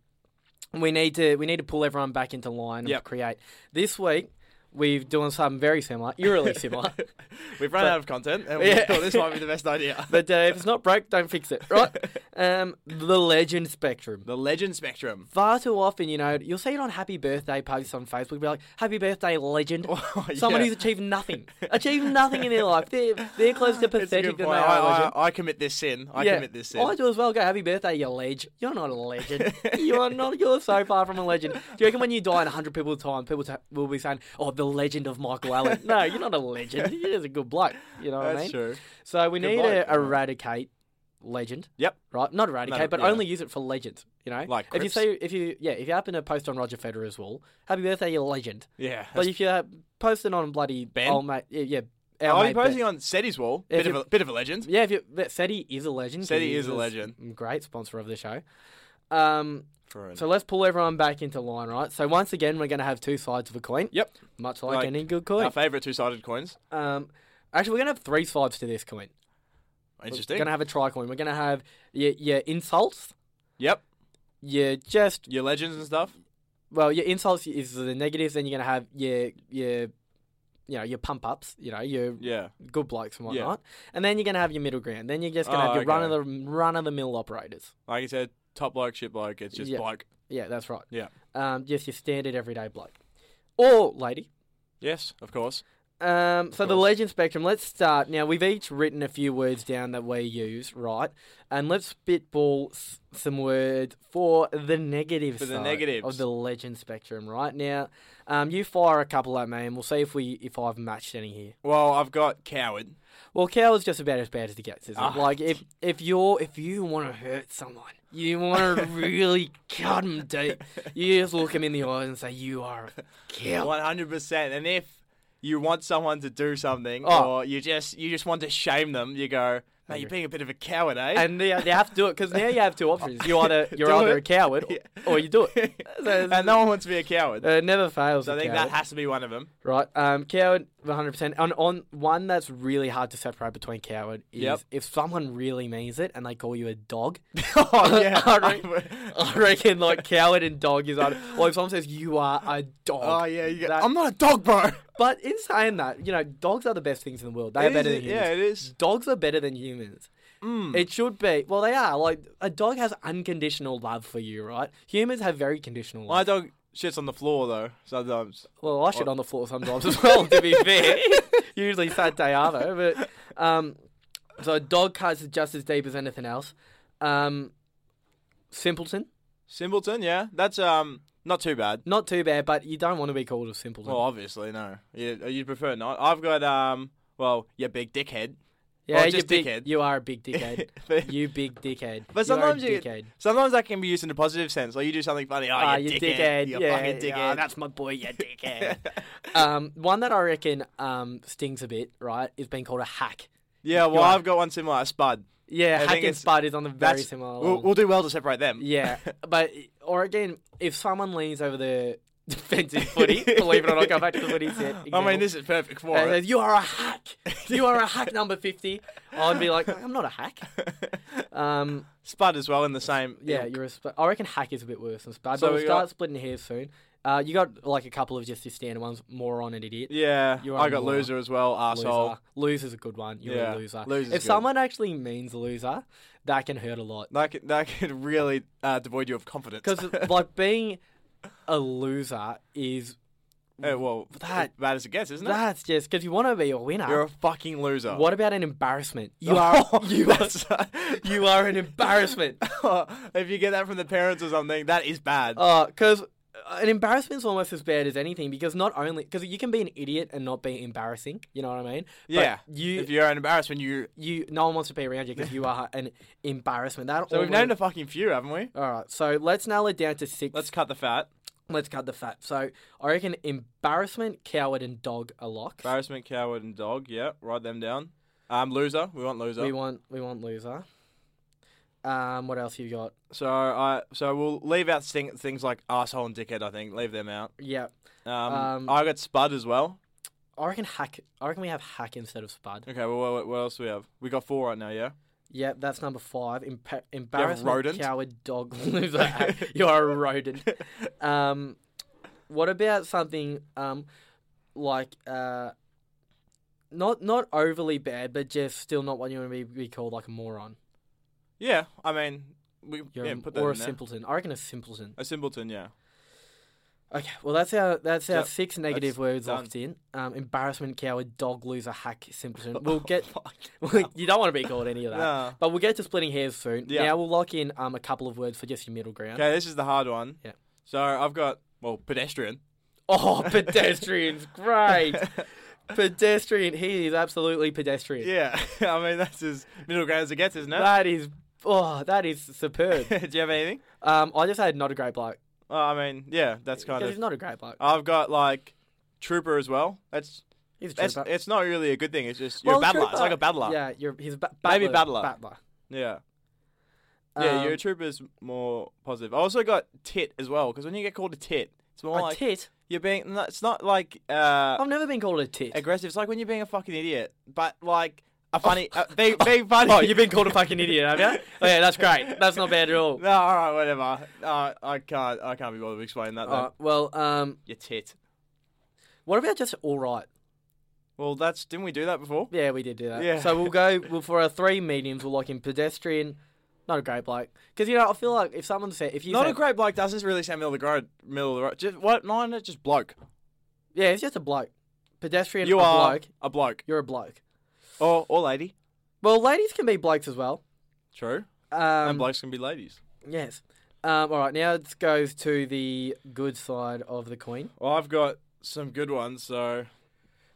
we need to we need to pull everyone back into line and
Yep.
create. This week we're doing something very similar,
*laughs*
eerily similar.
We've run
But-
out of content, and we
Yeah.
thought this might be
*laughs*
the best idea.
but uh, if it's not broke, don't fix it,
*laughs*
right? Um, the legend spectrum.
the legend spectrum.
Far too often, you know, you'll see it on happy birthday posts on Facebook. Be like, "Happy birthday,
*laughs*
legend." *laughs* Someone who's achieved nothing, achieved nothing in their life. They're they're close to
It's a good
pathetic than they
point.
are a
I,
legend.
I, I commit this sin. I commit this sin.
I do as well. Go, happy birthday, you ledge. You're not a
*laughs*
legend. you are not. You're so far from a legend. Do you reckon when you die in 100 people time, people ta will be saying, oh, the legend of Michael
*laughs*
Allen? no, you're not a legend. You're just a good bloke. You know what I
That's
mean?
true.
So we
Good
need
bloke,
to
yeah.
eradicate legend.
Yep.
Right? Not eradicate,
No,
but
yeah.
only use it for legend. You know?
Like
if you
Crips.
say, if you, yeah, if you happen to post on Roger Federer's wall, happy birthday, you legend.
Yeah.
But if you uh, post it on bloody
Ben? Oh,
old mate, yeah, yeah. our
I'll
mate
be
Ben.
posting on Seti's wall.
If
Bit of
you-
a bit of a legend.
Yeah, if you, but SETI is a legend. 'cause
SETI
he
is a
s-
legend.
Great sponsor of the show. Um,
For an-
so let's pull everyone back into line, right? So once again, we're going to have two sides of a coin.
Yep.
Much like,
Like-
any good
our
coin.
favorite two-sided coins.
Um, actually, we're going to have three sides to this coin.
Interesting.
We're going to have a tricoin. We're going to have your, your insults,
Yep.
your just,
Your legends and stuff.
well, your insults is the negatives, then you're going to have your, your, you know, your pump ups, you know, your
Yeah.
good blokes and
Yeah.
whatnot. And then you're going to have your middle ground. Then you're just going to
Oh,
have your run of the run of the mill operators.
Like you said, top bloke, shit bloke. It's just
Yeah.
bloke.
Yeah, that's right.
Yeah.
Um, just your standard everyday bloke. Or lady.
Yes, of course.
Um, so the
course.
legend spectrum, let's start. Now, we've each written a few words down that we use, right? And let's spitball s- some words for the negative
For the
side
negatives.
of the legend spectrum, right? Now, um, you fire a couple at me and we'll see if we if I've matched any here.
Well, I've got coward.
Well, cow is just about as bad as it gets, isn't
Ah.
it? Like if if you're if you want to hurt someone, you want
*laughs*
to really cut them deep. You just look them in the eyes and say, "You are
*laughs*
a cow."
One hundred percent. And if you want someone to do something,
Oh.
or you just you just want to shame them, you go, "Mate, you're being a bit of a coward, eh?"
And they, they have to do it because now you have two options. You either
*laughs*
you're
Do
either a
it.
coward or, or you do it. So,
*laughs* and no one wants to be a coward.
uh, never fails.
so I
a
think
coward.
that has to be one of
*laughs*
them.
Right. Um, coward, 100%. On, on one that's really hard to separate between coward is
Yep.
if someone really means it and they call you a dog.
*laughs*
*laughs*
oh yeah.
I
*laughs*
I reckon like coward and dog is on. Or if someone says you are a dog.
oh yeah. You get,
That-
I'm not a dog, bro.
But in saying that, you know, dogs are the best things in the world. They
It
are better
is-
than humans.
yeah, it is.
Dogs are better than humans.
Mm.
It should be. Well, they are. Like a dog has unconditional love for you, right? Humans have very conditional
My
love.
dog shits on the floor though sometimes.
well, I shit on the floor sometimes as well. To
*laughs*
be fair, usually Saturday arvo, but um, so a dog cuts is just as deep as anything else. Um, simpleton,
Simpleton, yeah, that's um not too bad.
not too bad, but you don't want to be called a simpleton.
Well, obviously no. You, you'd prefer not. I've got um. Well, you big dickhead.
yeah,
oh,
you
just
big,
dickhead.
You are a
*laughs*
big dickhead.
But-
you big dickhead.
But
You are a
sometimes you-
dickhead.
Sometimes that can be used in a positive sense. Like you do something funny. Oh,
Ah,
you,
you
dickhead. You
yeah,
fucking dickhead.
yeah,
*laughs*
that's my boy, you dickhead. um, one that I reckon um, stings a bit, right, is being called a hack.
yeah. Well,
You're right.
I've got one similar. A spud.
Yeah,
think
hack and
it's-
spud is on the very
that's-
similar.
We'll,
line.
we'll do well to separate them. *laughs*
yeah, but or again, if someone leans over the *laughs* defensive
*laughs*
footy, believe it or not, go back to the footy set.
I mean,
example, Uh,
this is perfect for
and
it.
says, you are a
*laughs*
hack. You are a hack, number fifty. I'd be like, I'm not a
*laughs*
hack. Um,
Spud as well in the same.
yeah, you're a sp- I reckon hack is a bit worse than spud,
So
but we'll
we got-
start splitting hairs soon. Uh, you got like a couple of just your standard ones, moron and idiot.
Yeah.
You are
I
a
got
moron.
loser as well. Asshole.
Loser. Loser's a good one. You're a
Yeah,
loser.
loser's
if
good.
someone actually means loser, that can hurt a lot.
That could, that could really uh, devoid you of confidence. *laughs*
Because, like, being a loser is.
Eh, well,
That-
that bad as it gets, isn't it?
That's just because you want to be a winner.
You're a fucking loser. *laughs*
what about an embarrassment? You are you are, *laughs*
That's-
you are an embarrassment.
*laughs* if you get that from the parents or something, that is bad.
Because Oh, uh, an embarrassment's almost as bad as anything. Because not only because you can be an idiot and not be embarrassing. You know what I mean? But
Yeah.
you
if you're an embarrassment, you.
you no one wants to be around you because you are
*laughs*
an embarrassment. That
So we've
almost-
named a fucking few, haven't we?
All right, so let's nail it down to 6
Let's cut the fat.
Let's cut the fat. So I reckon embarrassment, coward, and dog are locks.
Embarrassment, coward, and dog. Yeah, write them down. Um, loser. We want loser.
We want we want loser. Um, what else you got?
so I. So we'll leave out sting- things like asshole and dickhead. I think leave them out.
Yeah,
Um,
Um,
I got spud as well.
I reckon hack. I reckon we have hack instead of spud.
Okay. Well, what, what else do we have? We got four right now. Yeah. *laughs*
Yep, that's number five. Empa- embarrassment,
rodent?
coward, dog *laughs* loser. you are a
*laughs*
rodent. Um, what about something um, like uh, not not overly bad, but just still not what you want to be, be called, like a moron.
Yeah, I mean, we
You're
yeah,
a-
put that
or
in
a
there.
simpleton. I reckon a simpleton.
A simpleton, yeah.
Okay, well that's our that's our
Yep,
six negative words
done.
locked in. Um, embarrassment, coward, dog loser, hack, simpleton.
*laughs*
We'll get. you don't want to be called any of that.
Nah.
But we'll get to splitting hairs soon.
Yeah.
Now we'll lock in um a couple of words for just your middle ground.
Okay, this is the hard one.
Yeah.
So I've got well pedestrian. *laughs*
Oh, pedestrians, great. pedestrian, he is absolutely pedestrian.
yeah, *laughs* I mean that's as middle ground as it gets, isn't it?
That is oh, that is
*laughs*
superb.
Do you have anything?
um, I just had not a great bloke.
Well, I mean, yeah, that's kind
'Cause
of.
he's not a great bloke.
I've got like trooper as well. That's
He's a
that's
trooper.
it's not really a good thing. It's just you're
Well,
a battler. It's
trooper-
like a battler.
Yeah, you're he's a ba-
Maybe
battler.
battler. Yeah.
Um,
yeah, you're a trooper is more positive. I also got tit as well because when you get called a tit, it's more
Um, a
like
tit.
you're being. no, It's not like uh,
I've never been called a tit.
aggressive. It's like when you're being a fucking idiot, but like a funny. uh, they they
*laughs*
funny.
Oh, you've been called a fucking idiot, have you? Oh yeah, that's great. That's not bad at all.
No, all right, whatever. Uh, I can't. I can't be bothered to explain that. Though.
Alright, well, um,
you tit.
what about just all right?
Well, that's didn't we do that before?
Yeah, we did do that.
Yeah.
So we'll go well, for our three mediums. We'll lock in pedestrian, not a great bloke. Because you know, I feel like if someone said if you
Not
said,
a great bloke doesn't really sound middle of the road. Middle of the road. Just what? Mine is just bloke.
yeah, it's just a bloke, pedestrian,
You
a
are
bloke,
a bloke
you're a bloke.
or or lady.
Well, ladies can be blokes as well.
True.
Um,
and blokes can be ladies.
Yes. Um, all right, now it goes to the good side of the coin.
Well, I've got some good ones. So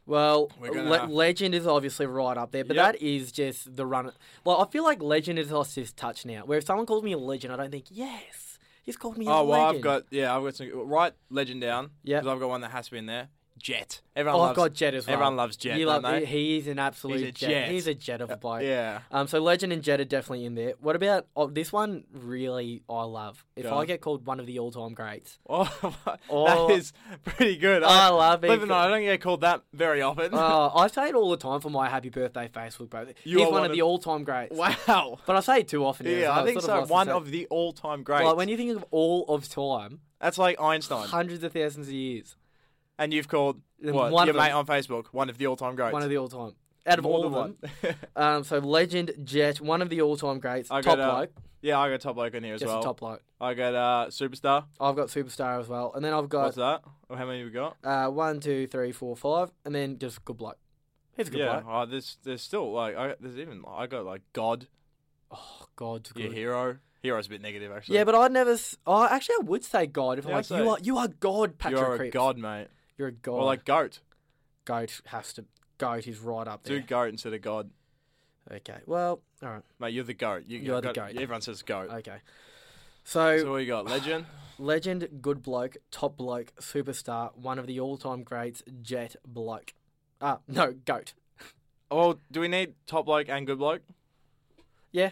Well,
We're gonna
le-
have-
legend is obviously right up there, but
Yep.
that is just the run. Well, I feel like legend has lost his touch now. Where if someone calls me a legend, I don't think yes, he's called me a
oh
legend.
well, I've got yeah, I've got some right legend down.
Yep.
because I've got one that has to be in there. Jet. Everyone
Oh, I've
loves.
got Jed as well.
Everyone loves Jet,
You
don't they?
He is an absolute
He's a
jet.
Jet.
He's a jet of a bloke.
yeah.
Um, so Legend and Jet are definitely in there. What about oh, this one? Really, I love. If
Go
I
on.
get called one of the all-time
*laughs*
greats,
Oh,
Oh.
that is pretty good.
I love
believe it. or
it.
not, I don't get called that very often.
Oh, I say it all the time for my happy birthday Facebook post.
You
He's
are
one
one
of the
of-
all-time greats.
*laughs* wow.
But I say it too often. now,
Yeah,
so
I
it's
think
sort
so.
lost
One
its-
of the all-time greats.
Like when you think of all of time,
That's like Einstein.
hundreds of thousands of years,
And you've called
Then
what,
one
your
of
mate
them-
on Facebook one of the all-time greats.
one of the all-time. Out of
More
all of
than
them,
one.
um, so Legend, Jet, one of the all-time greats,
I
top
got, uh,
bloke,
*laughs* yeah, I got top bloke in here as
just
well.
a top bloke.
I got uh, superstar.
I've got superstar as well, and then I've
What's
got
that? Or how many we got?
uh, one, two, three, four, five, and then just good bloke. He's a good
yeah.
bloke.
Oh, there's there's still like I, there's even I got like God,
Oh God,
your
good. Yeah,
hero. Hero's a bit negative actually.
but I'd never. s- Oh, actually, I would say God if I'm
Yeah,
like
I'd
you
say-
are. You are God, Patrick. Oh.
you're a
Cripps.
god, mate.
You're a God.
Or like goat.
goat has to. Goat is right up
Do
there.
goat instead of god,
Okay. Well, all right.
mate. You're the goat. You,
You're the
got-
goat.
Everyone says goat.
Okay.
so
So
what you got? Legend.
legend, good bloke, top bloke, superstar, one of the all-time greats, Jet bloke. Ah, no, goat.
oh, do we need top bloke and good bloke?
Yeah.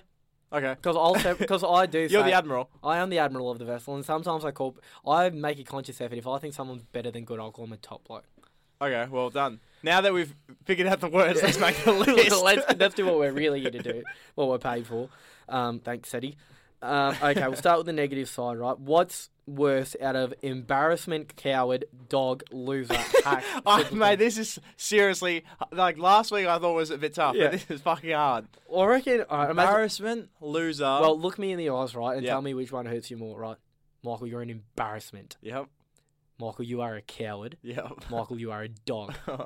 Okay.
Because I'll because I do.
*laughs* You're
say,
the admiral.
I am the admiral of the vessel, and sometimes I call. I make a conscious effort if I think someone's better than good, I'll call them a top bloke. *laughs*
Okay, well done. Now that we've figured out the words, let's make
*laughs*
the list.
let's, let's do what we're really here to do, *laughs* what we're paid for. Um, thanks, Seti. Um, okay, we'll start with the negative side, right? What's worse out of embarrassment, coward, dog, loser,
*laughs*
hack?
Oh,
simpleton?
mate, this is seriously like last week. I thought was a bit tough,
Yeah.
but this is fucking hard.
I reckon. All right, imagine,
Embarrassment, loser.
well, look me in the eyes, right, and
Um, Yeah.
tell me which one hurts you more, right? Michael, you're an embarrassment.
yep,
Michael, you are a coward.
yep. *laughs*
Michael, you are a dog.
oh,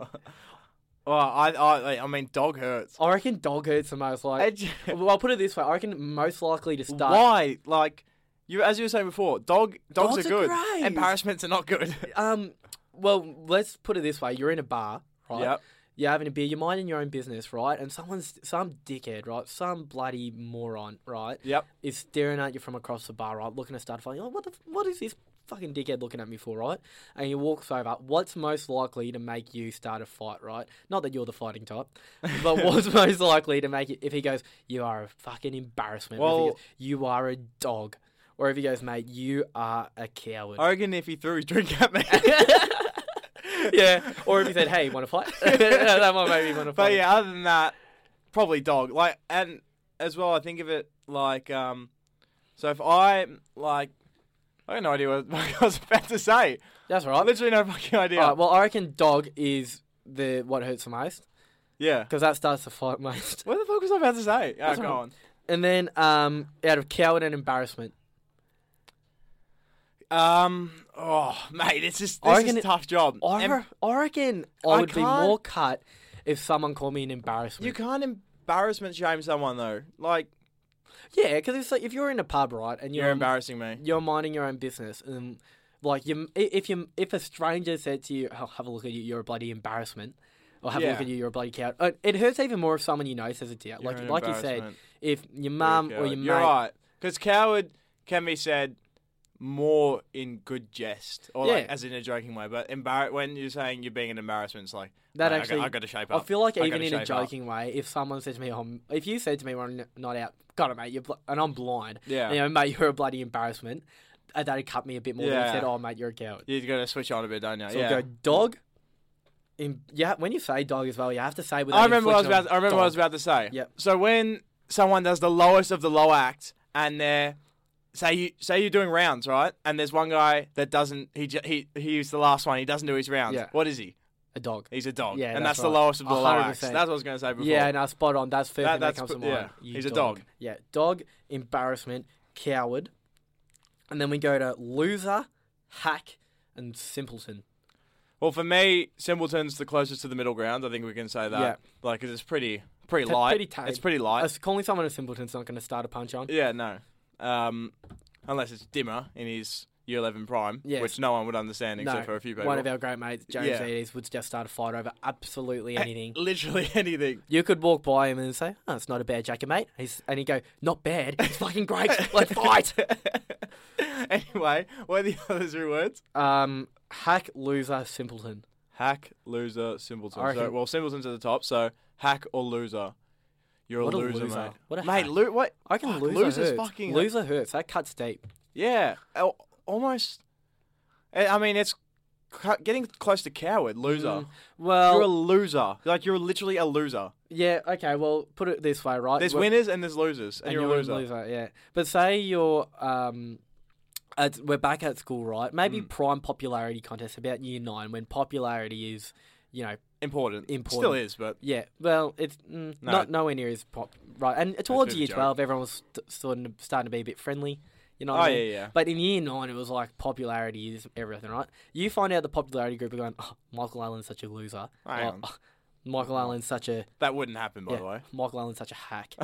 I, I, I mean, dog hurts.
I reckon dog hurts the most. Like,
I *laughs* j-
*laughs* well, I'll put it this way: I reckon most likely to start.
Why? Like you, as you were saying before, dog, dogs,
Dogs
are
are
good.
great.
Embarrassments are not good.
Um, well, let's put it this way: you're in a bar, right?
Yep.
You're having a beer. You're minding your own business, right? And someone's some dickhead, right? Some bloody moron, right?
*laughs* Yep.
Is staring at you from across the bar, right? Looking to start fighting. Like, what the? f- What is this fucking dickhead looking at me for, right? And you walks over. What's most likely to make you start a fight, right? Not that you're the fighting type, *laughs* but what's most likely to make it if he goes, "You are a fucking embarrassment," or if he
Well-
goes, "You are a dog," or if he goes, "Mate, you are a coward." *laughs*
I reckon if he threw his drink at me. *laughs*
yeah. Or if you said, *laughs* "Hey, want to fight?" that might make me want to fight.
But yeah, other than that, probably dog. Like, and as well, I think of it like um, so if I like, I have no idea what *laughs* I was about to say.
That's all
I
right.
literally no fucking idea.
All right. Well, I reckon dog is the what hurts the most
yeah.
because that starts the fight *laughs* most.
What the fuck was I about to say? Oh,
That's
go
all right.
on.
And then um, out of coward and embarrassment.
Um. Oh, mate, it's just
I
this is
reckon
a
it-
tough job.
I,
Em-
re- I reckon
I
I would be
can't-
more cut if someone called me an embarrassment.
you can't embarrassment shame someone though. Like
Yeah, because it's like if you're in a pub, right, and
you're
you're
embarrassing me.
you're minding your own business, and like you, i- if you, if a stranger said to you, oh, "Have a look at you, you're a bloody embarrassment," or "Have a
Yeah.
look at you, you're a bloody cow," uh, it hurts even more if someone you know says it to you.
You're
Like,
an
like you said,
embarrassment.
if your
You're a
mum or
coward.
your mate,
You're right. Because coward can be said more in good jest, or like,
Yeah.
as in a joking way. But embar- when you're saying you're being an embarrassment, it's like
That
"Mate, I
actually-
got, to shape
I
up.
feel like
I
even
gotta
in a
shape up.
joking way, if someone said to me, oh, "If you said to me, "We're n- not out," got it, mate," you're bl- and I'm blind,
yeah,
you know, mate, you're a bloody embarrassment. uh, That'd cut me a bit more than if
Yeah.
you said, "Oh, mate, you're a coward."
you've got to switch on a bit, don't you?
So
yeah.
we'll go dog. In, yeah, when you say dog as well, you have to say with.
I remember what I was about. I remember what I was about to say.
Yep.
So when someone does the lowest of the low act, and they're say you say you're doing rounds, right? And there's one guy that doesn't. He ju- he he's the last one. He doesn't do his rounds.
Yeah.
What is he?
a dog.
He's a dog.
Yeah,
and that's,
that's
the
right.
lowest of the low acts.
100%.
That's what I was going to say before.
Yeah, no, spot on. That's first
That-
thing that
that's
comes to
pr- yeah.
mind. You
He's a dog.
Yeah, dog, embarrassment, coward, and then we go to loser, hack, and simpleton.
Well, for me, simpleton's the closest to the middle ground. I think we can say that.
Yeah.
Like, 'cause it's pretty pretty
T-
light.
pretty tame.
It's pretty light.
Us- calling someone a simpleton's not going to start a punch on.
Yeah, no. Um, unless it's dimmer in his year eleven prime,
Yes.
which no one would understand
No,
except for a few people.
One of our great mates, James
Yeah.
Eades, would just start a fight over absolutely anything.
Literally *laughs* anything.
You could walk by him and say, "Oh, it's not a bad jacket, mate," He's, and he'd go, "Not bad. It's fucking
*laughs*
great. Let's fight."
anyway, what are the *laughs* other three words?
Um, hack, loser, simpleton.
Hack, loser, simpleton.
I
So,
reckon-
well, simpleton's at the top. So hack or loser. You're
What a
a loser,
loser.
mate.
What a
mate,
hack.
lo- what?
I can
Fuck,
loser
loser's
hurts.
fucking-
loser hurts. That cuts deep.
Yeah, al- almost. I I mean, it's cu- getting close to coward. Loser.
Mm, Well,
you're a loser. Like you're literally a loser.
yeah, okay. Well, put it this way, right?
There's
Well,
winners and there's losers, and,
and
you're, a loser.
Yeah, but say you're um. At, we're back at school, right? Maybe
Hmm.
prime popularity contest about year nine when popularity is, you know,
Important. Still
Important.
is, but
yeah. Well, it's mm,
No.
not nowhere near as pop, right? And towards
bit of a
year
joke.
twelve, everyone was st- starting to, starting to be a bit friendly. You know? What
oh
I
yeah,
mean?
yeah.
But in year nine, it was like popularity is everything, right? You find out the popularity group are going, oh, Michael Allen's such a loser.
Hang
Oh,
on.
*laughs* Michael Allen's such a
That wouldn't happen, by
yeah,
the way. *laughs*
Michael Allen's such a hack.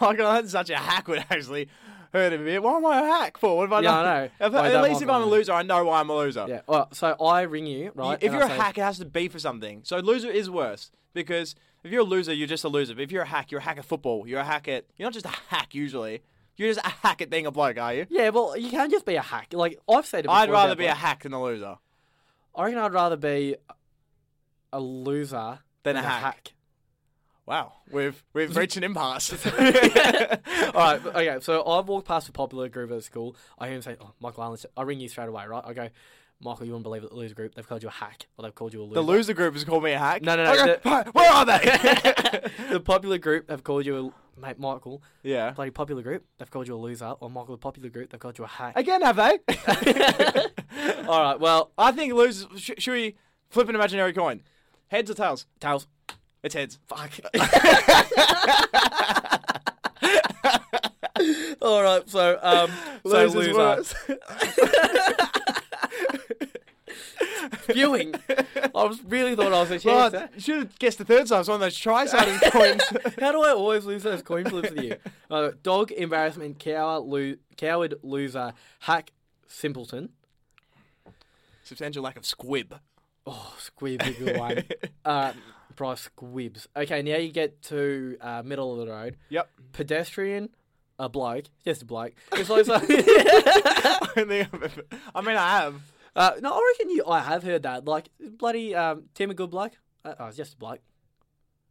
Michael, that's such a hack would actually hurt him a bit. Why am I a hack for? What have I
Yeah, I
done?
know.
*laughs* If-
Wait,
at
that
least if
Michael
I'm a
Allen.
loser, I know why I'm a loser.
yeah. All right, so I ring you, right?
If
and I
you're a
say-
hack, it has to be for something. So loser is worse because if you're a loser, you're just a loser. But if you're a hack, you're a hack at football. You're a hack at. You're not just a hack usually. You're just a hack at being a bloke, are you?
yeah, well, you can't just be a hack. Like I've said, it
I'd
before
rather
about,
be a
like,
hack than a loser
I reckon I'd rather be a loser
than
than
a hack. Wow, we've
*laughs*
we've reached an impasse.
All right, but- okay. So I walk past a popular group at school. I hear him say, "Oh, Michael Allen's." I ring you straight away, right? I go, "Michael, you wouldn't believe it. The loser group. They've called you a hack, or they've called you a loser."
The loser group has called me a hack.
No, no, no,
I go,
the-
"Huh, where are *laughs* they?
*laughs* the popular group have called you a mate, Michael.
yeah.
Bloody popular group, they've called you a loser. Or Michael, the popular group, they've called you a hack.
Again, have
*laughs*
they? *laughs*
All right, well,
I think losers. Sh- should we flip an imaginary coin? Heads or tails?
tails.
It's heads. *laughs*
Fuck. All right, so um, so
Losers
loser. *laughs*
worse.
Viewing. I was really thought I was a
Well,
chance.
I should have guessed the third time. It's one of those
*laughs*
tri-sided coins.
How do I always lose those coin flips with
*laughs*
you? Uh, dog, embarrassment, coward, lo- coward, loser, hack, simpleton.
Substantial lack of squib.
Oh, squib's a good one. *laughs*
*laughs*
uh, price squibs. Okay, now you get to uh, middle of the road.
Yep.
Pedestrian, a bloke, just a bloke. It's like so-
*laughs*
*laughs*
I don't think I've ever- I mean, I have.
uh, no, I reckon you. I have heard that. Like bloody um, Tim, a good bloke. Uh, oh, it's just a
*laughs*
bloke. *laughs*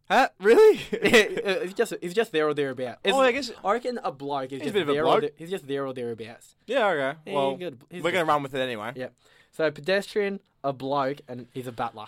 Huh? Really?
it's just it's just there or thereabouts. It's,
oh, I guess.
I reckon a bloke is
He's a
just
bit of a
there
bloke.
or the, he's just there or thereabouts.
Yeah. Okay.
Yeah,
Well,
he's good. He's
we're
good.
gonna run with it anyway. *laughs*
Yeah. So pedestrian, a bloke, and he's a battler.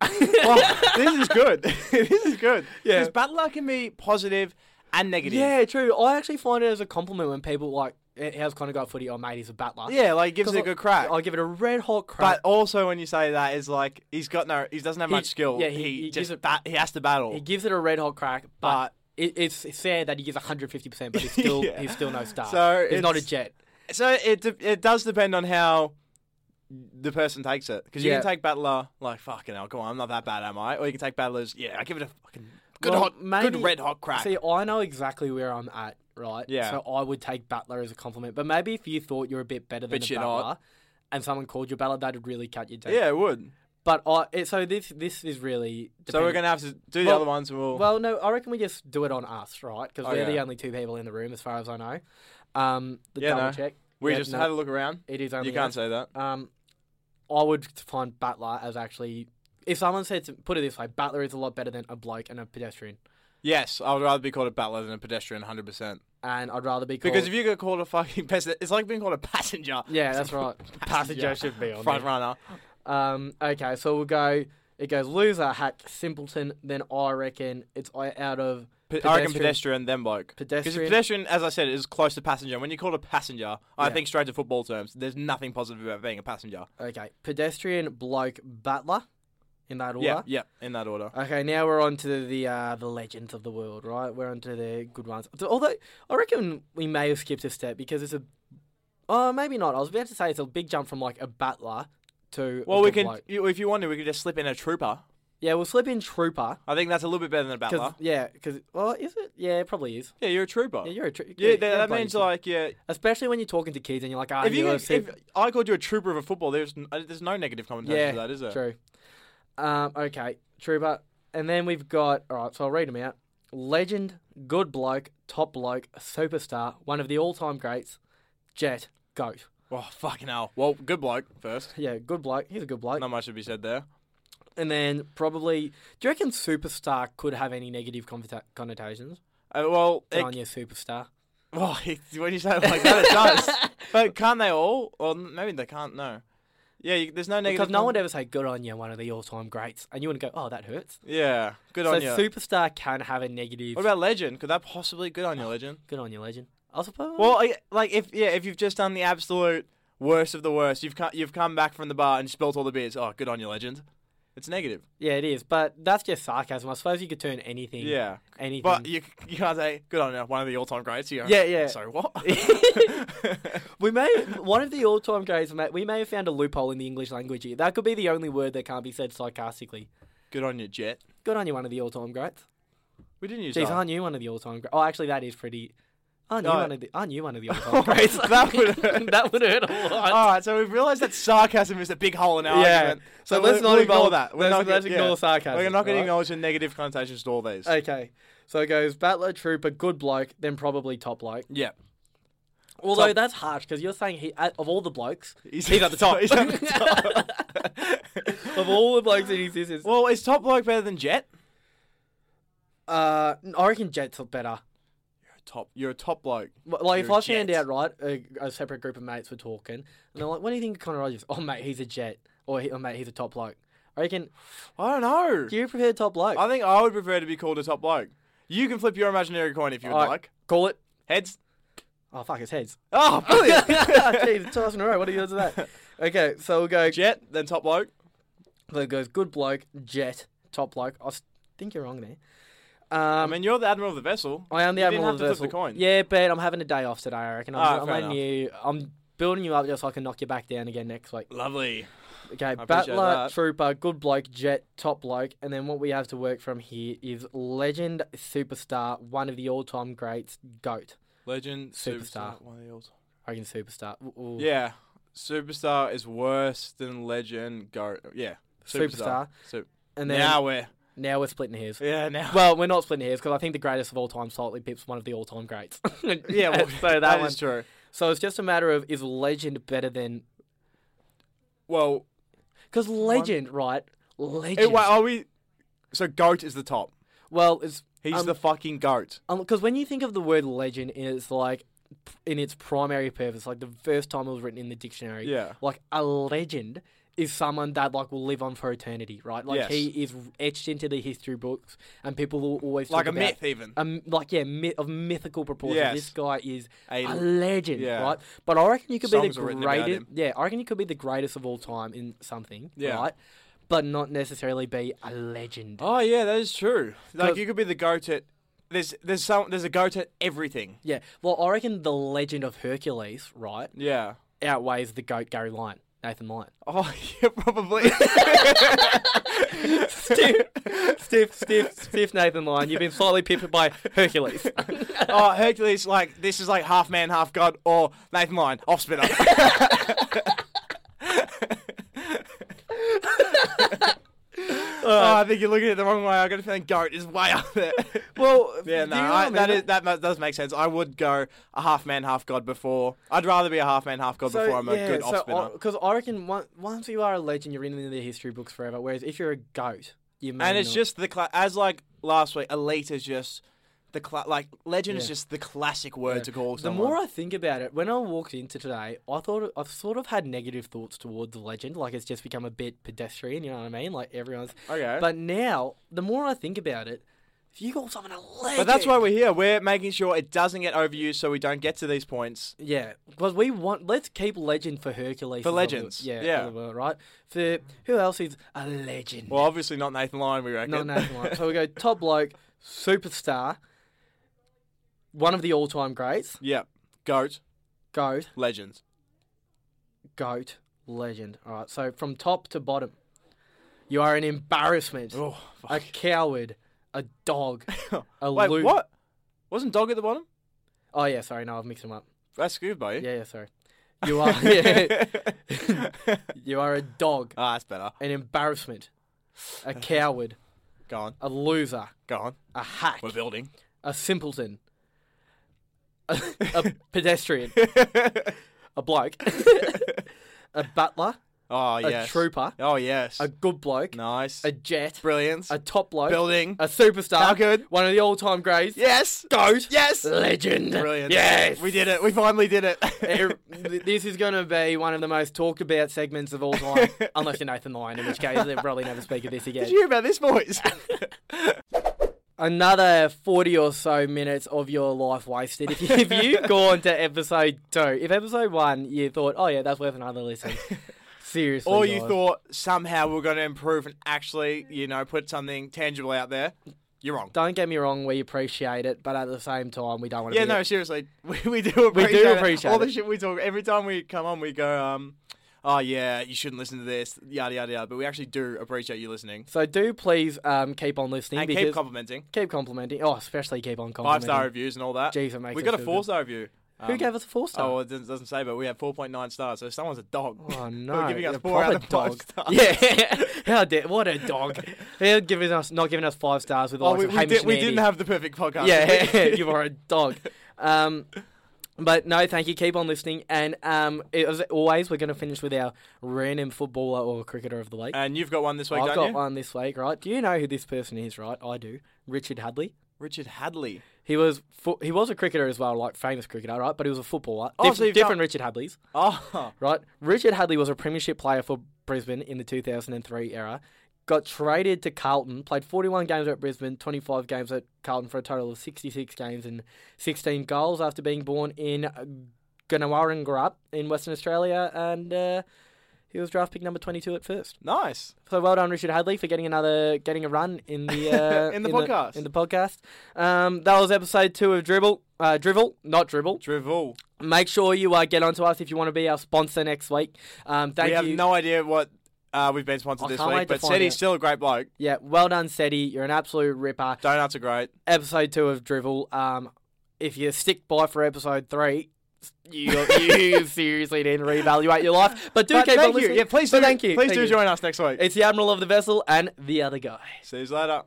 Oh, this is good. *laughs* this is good.
Yeah.
Because battler can be positive and negative.
Yeah, true. I actually find it as a compliment when people like, "Eh, how's Connor got footy? Oh, mate, he's a battler.
Yeah, like it gives
'Cause
it a
I-
good crack.
I'll give it a red hot
but
crack.
also when you say that is like he's got no he doesn't have
He-
much skill.
yeah,
Yeah,
he-
he,
he gives
just
it-
bat, he has to battle.
he gives it a red hot crack, but,
but
it, it's it's sad that he gives 150%,
*laughs*
but he's still
Yeah.
he's still no star.
So
he's not a
it's-
jet.
so it de- it does depend on how the person takes it because you
Yeah.
can take battler like fucking hell, come on, I'm not that bad, am I? Or you can take battlers. Yeah, I give it a fucking good
Well,
hot,
maybe-
good red hot crack.
See, I know exactly where I'm at, right?
Yeah.
So I would take battler as a compliment, but maybe if you thought you're a bit better than
But
a
you're
battler,
not.
and someone called you a battler, that'd really cut you down.
yeah, it would.
But I it, so this this is really
So we're
dependent-
gonna have to do the
Well-
other ones. And we'll,
Well, no, I reckon we just do it on us, right? Because
Oh,
we're the
yeah.
only two people in the room, as far as I know. Um, the
Yeah,
double
no.
check.
we
yeah,
just
no.
had a look around.
It is only
You can't
us.
say that.
Um, I would find Butler as actually. If someone said, to, put it this way, Butler is a lot better than a bloke and a pedestrian,
Yes, I would rather be called a battler than a pedestrian, hundred percent.
and I'd rather be called.
Because if you get called a fucking peasant, *laughs* it's like being called a passenger.
yeah, that's
*laughs*
right. *laughs* Passenger
Passenger.
should be on.
Front
there.
runner.
Um, okay, so we'll go. It goes loser, hack, simpleton. Then I reckon it's I- out of
Pe- I
Pedestrian.
reckon pedestrian, then bloke. Because
pedestrian.
pedestrian, as I said, is close to passenger. When you call a passenger, I
Yeah.
think straight to football terms. There's nothing positive about being a passenger.
okay, pedestrian, bloke, Butler, in that order.
Yeah, yeah, in that order.
Okay, now we're on to the uh, the legends of the world, right? We're on to the good ones. So, Although I reckon we may have skipped a step because it's a, oh maybe not. I was about to say it's a big jump from like a battler to
Well, we
the
can,
bloke.
you, if you want to, we could just slip in a trooper.
yeah we'll slip in trooper
I think that's a little bit better than a
'cause-
battler.
yeah because well is it yeah it probably is
Yeah, you're a trooper.
yeah you're a trooper
Yeah, that, that means like yeah.
especially when you're talking to kids and you're like ah
if you
you're a
could, if I called you a trooper of a football, there's n- uh, there's no negative connotation
Yeah,
to that, is there?
True. Um, okay, Trooper. And then we've got, all right, so I'll read them out. Legend, good bloke, top bloke, superstar, one of the all time greats, Jet, GOAT.
Oh fucking hell. Well, good bloke first.
Yeah, good bloke. He's a good bloke.
Not much to be said there.
And then probably, do you reckon superstar could have any negative convota- connotations?
Uh, well,
Good
it-
on you, superstar.
*laughs* well, Oh, when you say it like that,
*laughs*
it does. But can't they all? Or n- maybe they can't. No. Yeah, you, there's no negative.
Because no
con-
one would ever say, good on you, one of the all time greats. And you wouldn't go, oh, that hurts.
Yeah, good
so
on you.
superstar can have a negative.
what about legend? Could that possibly good on you,
*gasps*
legend?
good on you, legend. I suppose.
Well, I- like if yeah, if you've just done the absolute worst of the worst, you've come, you've come back from the bar and spilt all the beers. Oh, good on you, legend. It's negative.
yeah, it is. But that's just sarcasm. I suppose you could turn anything.
Yeah,
anything.
but you *laughs* you can't say good on you, one of the all-time greats. You go,
Yeah, yeah.
So what?
we may one of the all-time greats. ma- We may have found a loophole in the English language here. That could be the only word that can't be said sarcastically.
*laughs* good on you, Jet.
Good on you, one of the all-time greats.
We didn't use
Jeez,
that.
aren't you one of the all-time greats? Oh, actually, that is pretty. Aren't you
No.
one of the? Aren't you one *laughs* of the all-time greats?
That
*laughs*
would hurt.
that would hurt a lot.
All right, so we've realised that sarcasm is a big hole in our
Yeah.
argument.
So
we'll-
let's not
we'll ignore
involve-
that. We're
let's-
not
let's
gonna-
ignore
yeah.
sarcasm,
We're not going
alright? Uh,
to acknowledge the negative connotations to all these.
Okay, so it goes battler, trooper, good bloke, then probably top bloke.
yeah,
Although
Top-
that's harsh because you're saying he out of all the blokes
*laughs* he's,
at the top.
*laughs* He's at the
*laughs*
top.
of all the blokes in existence.
*laughs* well, is top bloke better than Jet?
Uh, I reckon Jet's better.
Top, you're a top bloke.
Well, Like, if
You're a
I stand
jet.
out, right, a, a separate group of mates were talking, and they're like, what do you think of Connor Rogers? Oh, mate, he's a jet. Or, he- oh, mate, he's a top bloke. I reckon,
I don't know.
do you prefer top bloke?
I think I would prefer to be called a top bloke. You can flip your imaginary coin if you would
Alright.
like.
Call it.
Heads.
Oh, fuck, it's
*laughs*
heads. *laughs*
Oh, brilliant.
Jeez, twice in a row. What are you to that? Okay, so we'll go.
*laughs* Jet, then top bloke.
So it goes good bloke, jet, top bloke. I s- think you're wrong there.
I
Um,
mean, you're the admiral of the vessel.
I am the
you
admiral
didn't
of
have to flip the
vessel.
coin.
Yeah, but I'm having a day off today. I reckon. I'm,
Ah,
I'm
fair
letting you. I'm building you up just so I can knock you back down again next week.
Lovely.
Okay,
appreciate
Battler,
that.
Trooper, Good Bloke, Jet, Top Bloke, and then what we have to work from here is Legend, Superstar, one of the all-time greats, GOAT.
Legend,
Superstar.
superstar. one of the all-time.
I reckon Superstar. Ooh, ooh.
Yeah, superstar is worse than legend. Go. Yeah,
Superstar.
Sup-
And then now,
now we're
we're splitting hairs.
yeah now.
*laughs* Well, we're not splitting hairs because I think the greatest of all time slightly pips one of the all-time greats. *laughs*
yeah, *laughs* well,
so that,
that
one.
is true.
So it's just a matter of is Legend better than
Well,
because Legend, right? Legend.
wait, are we? So goat is the top.
well, it's
He's
Um,
the fucking goat.
Because Um, when you think of the word legend in its like p- in its primary purpose, like the first time it was written in the dictionary,
Yeah.
like a legend is someone that like will live on for eternity, right? Like
Yes.
he is etched into the history books, and people will always
like
talk
a
about,
myth, even.
um, like yeah, myth, of mythical proportions.
Yes.
This guy is
A-
a legend,
yeah.
right? But I reckon you could
Songs
be
are
the
written about
greatest.
him.
Yeah, I reckon you could be the greatest of all time in something,
Yeah.
right? But not necessarily be a legend.
Oh yeah, that is true. Like
'Cause-
you could be the goat at there's there's some there's a goat at everything.
Yeah, well, I reckon the legend of Hercules, right,
Yeah.
outweighs the goat Gary Lyon, Nathan Lyon. *laughs*
Oh *laughs* yeah, probably.
stiff, stiff, stiff, stiff Nathan Lyon. You've been slightly pipped by Hercules.
oh Hercules, like this is like half man, half god, or Nathan Lyon, off spinner.
*laughs*
oh, I think you're looking at it the wrong way. I got a feeling goat is way up there.
*laughs* well,
Yeah,
do
no,
you
I,
remember-
that is that ma- does make sense. I would go a half man, half god before. I'd rather be a half man, half god before I'm a good off spinner.
Because I reckon on- once you are a legend, you're in the history books forever. Whereas if you're a goat, you may
and it's
not.
just the cla- as like last week, elite is just the cla- like legend is
Yeah.
just the classic word
Yeah.
to call
The
someone.
more I think about it, when I walked into today, I thought I've sort of had negative thoughts towards the legend. Like it's just become a bit pedestrian. You know what I mean? Like everyone's.
okay, but,
But now, the more I think about it, if you call someone a legend,
that's why we're here. We're making sure it doesn't get overused, so we don't get to these points.
Yeah, because we want let's keep legend for Hercules
For
is
legends,
of the, yeah,
yeah.
of the world, right? For who else is a legend?
Well, obviously not Nathan Lyon, we reckon.
Not Nathan Lyon. so we go top bloke, superstar, one of the all-time greats,
*laughs* yeah, goat,
goat,
legends.
goat, legend. All right, so from top to bottom, you are an embarrassment,
Oh,
a
fuck.
coward, a dog, *laughs* a
wait,
loot.
what? Wasn't dog at the bottom?
Oh yeah, sorry, no, I've mixed them up.
That's good, *laughs* buddy.
Yeah, yeah, sorry. You are, *laughs* yeah, you are a dog,
*laughs* ah, that's better.
an embarrassment,
*laughs*
a coward,
Go on,
a loser.
go on.
a hack,
We're building.
a simpleton, a,
*laughs*
a pedestrian, a bloke, a butler,
*laughs* oh
a
yes.
trooper,
Oh yes.
a good bloke,
nice.
a jet,
Brilliance.
a top bloke,
building.
a superstar,
How good?
one of the all-time greats,
Yes.
goat,
Yes.
legend,
Brilliant.
yes,
We did it. We finally did it.
Ev- th- This is going to be one of the most talked about segments of all
*laughs*
time, unless you're Nathan Lyon, in which case they'll probably never speak of this again.
*laughs* Did you hear about
*laughs*
this, boys?
another 40 or so minutes of your life wasted. If, you, if
*laughs*
you've gone to episode two, if episode one you thought, oh yeah, that's worth another
*laughs*
listen. Seriously.
or you
guys.
thought somehow we are going to improve and actually, you know, put something tangible out there? You're wrong.
Don't get me wrong, we appreciate it, but at the same time, we don't want to
Yeah,
be.
no, seriously, *laughs* we, we do appreciate it.
appreciate
all the
it.
shit we talk. Every time we come on, we go, um, oh yeah, you shouldn't listen to this, yada yada yada. But we actually do appreciate you listening
So do please um, keep on listening
and
because
keep complimenting.
keep complimenting. Oh, especially keep on
Five
complimenting.
star reviews and all that.
Jeez, it makes
we
us
got a
feel
four
good.
star review.
Who gave us a four star?
Oh, well, it doesn't, doesn't say, but we have 4.9 stars, so someone's a dog. *laughs*
Oh no!
giving us
a
four out
proper
of five
*laughs* dog.
stars.
Yeah, *laughs* how dare what a dog! They're giving us not giving us five stars with
Oh,
all
we,
of
we,
Hamish
did,
and
we
Andy.
didn't have the perfect
*laughs*
podcast.
yeah, you are a dog. Um, but no, thank you. Keep on listening. And um, as always, we're going to finish with our random footballer or cricketer of the week.
*laughs* And you've got one this Uh, week,
I've
don't
got
you?
one this week, right? Do you know who this person is, right? I do. Richard Hadley.
Richard Hadley.
He was fo- he was a cricketer as well, like famous cricketer, right? But he was a footballer.
Oh,
Dif-
so you've
different
got-
Richard Hadleys, *laughs*
Oh,
right? Richard Hadley was a premiership player for Brisbane in the 2003 era. Got traded to Carlton, played 41 games at Brisbane, 25 games at Carlton for a total of 66 games and 16 goals after being born in Gunawarangara in Western Australia, and uh, he was draft pick number 22 at first.
nice.
So well done, Richard Hadley, for getting another getting a run in
*laughs*
the uh,
In the podcast.
in the podcast. Um, that was episode two of Dribble, uh, Drivel, not Dribble.
Drivel.
Make sure you uh, get onto us if you want to be our sponsor next week. Um, thank
we have
you.
no idea what uh, we've been sponsored
I
this
can't
week,
wait to
but
find
said he's
out.
still a great bloke.
yeah, well done, Seti. You're an absolute ripper.
Donuts are great.
Episode two of Drivel. Um, if you stick by for episode three.
*laughs*
You, you seriously need to reevaluate your life, but do
But
keep
thank
on
you.
listening.
Yeah, please do.
But thank you.
Please
Thank
do
you.
join us next week.
It's the admiral of the vessel and the other guy.
See you later.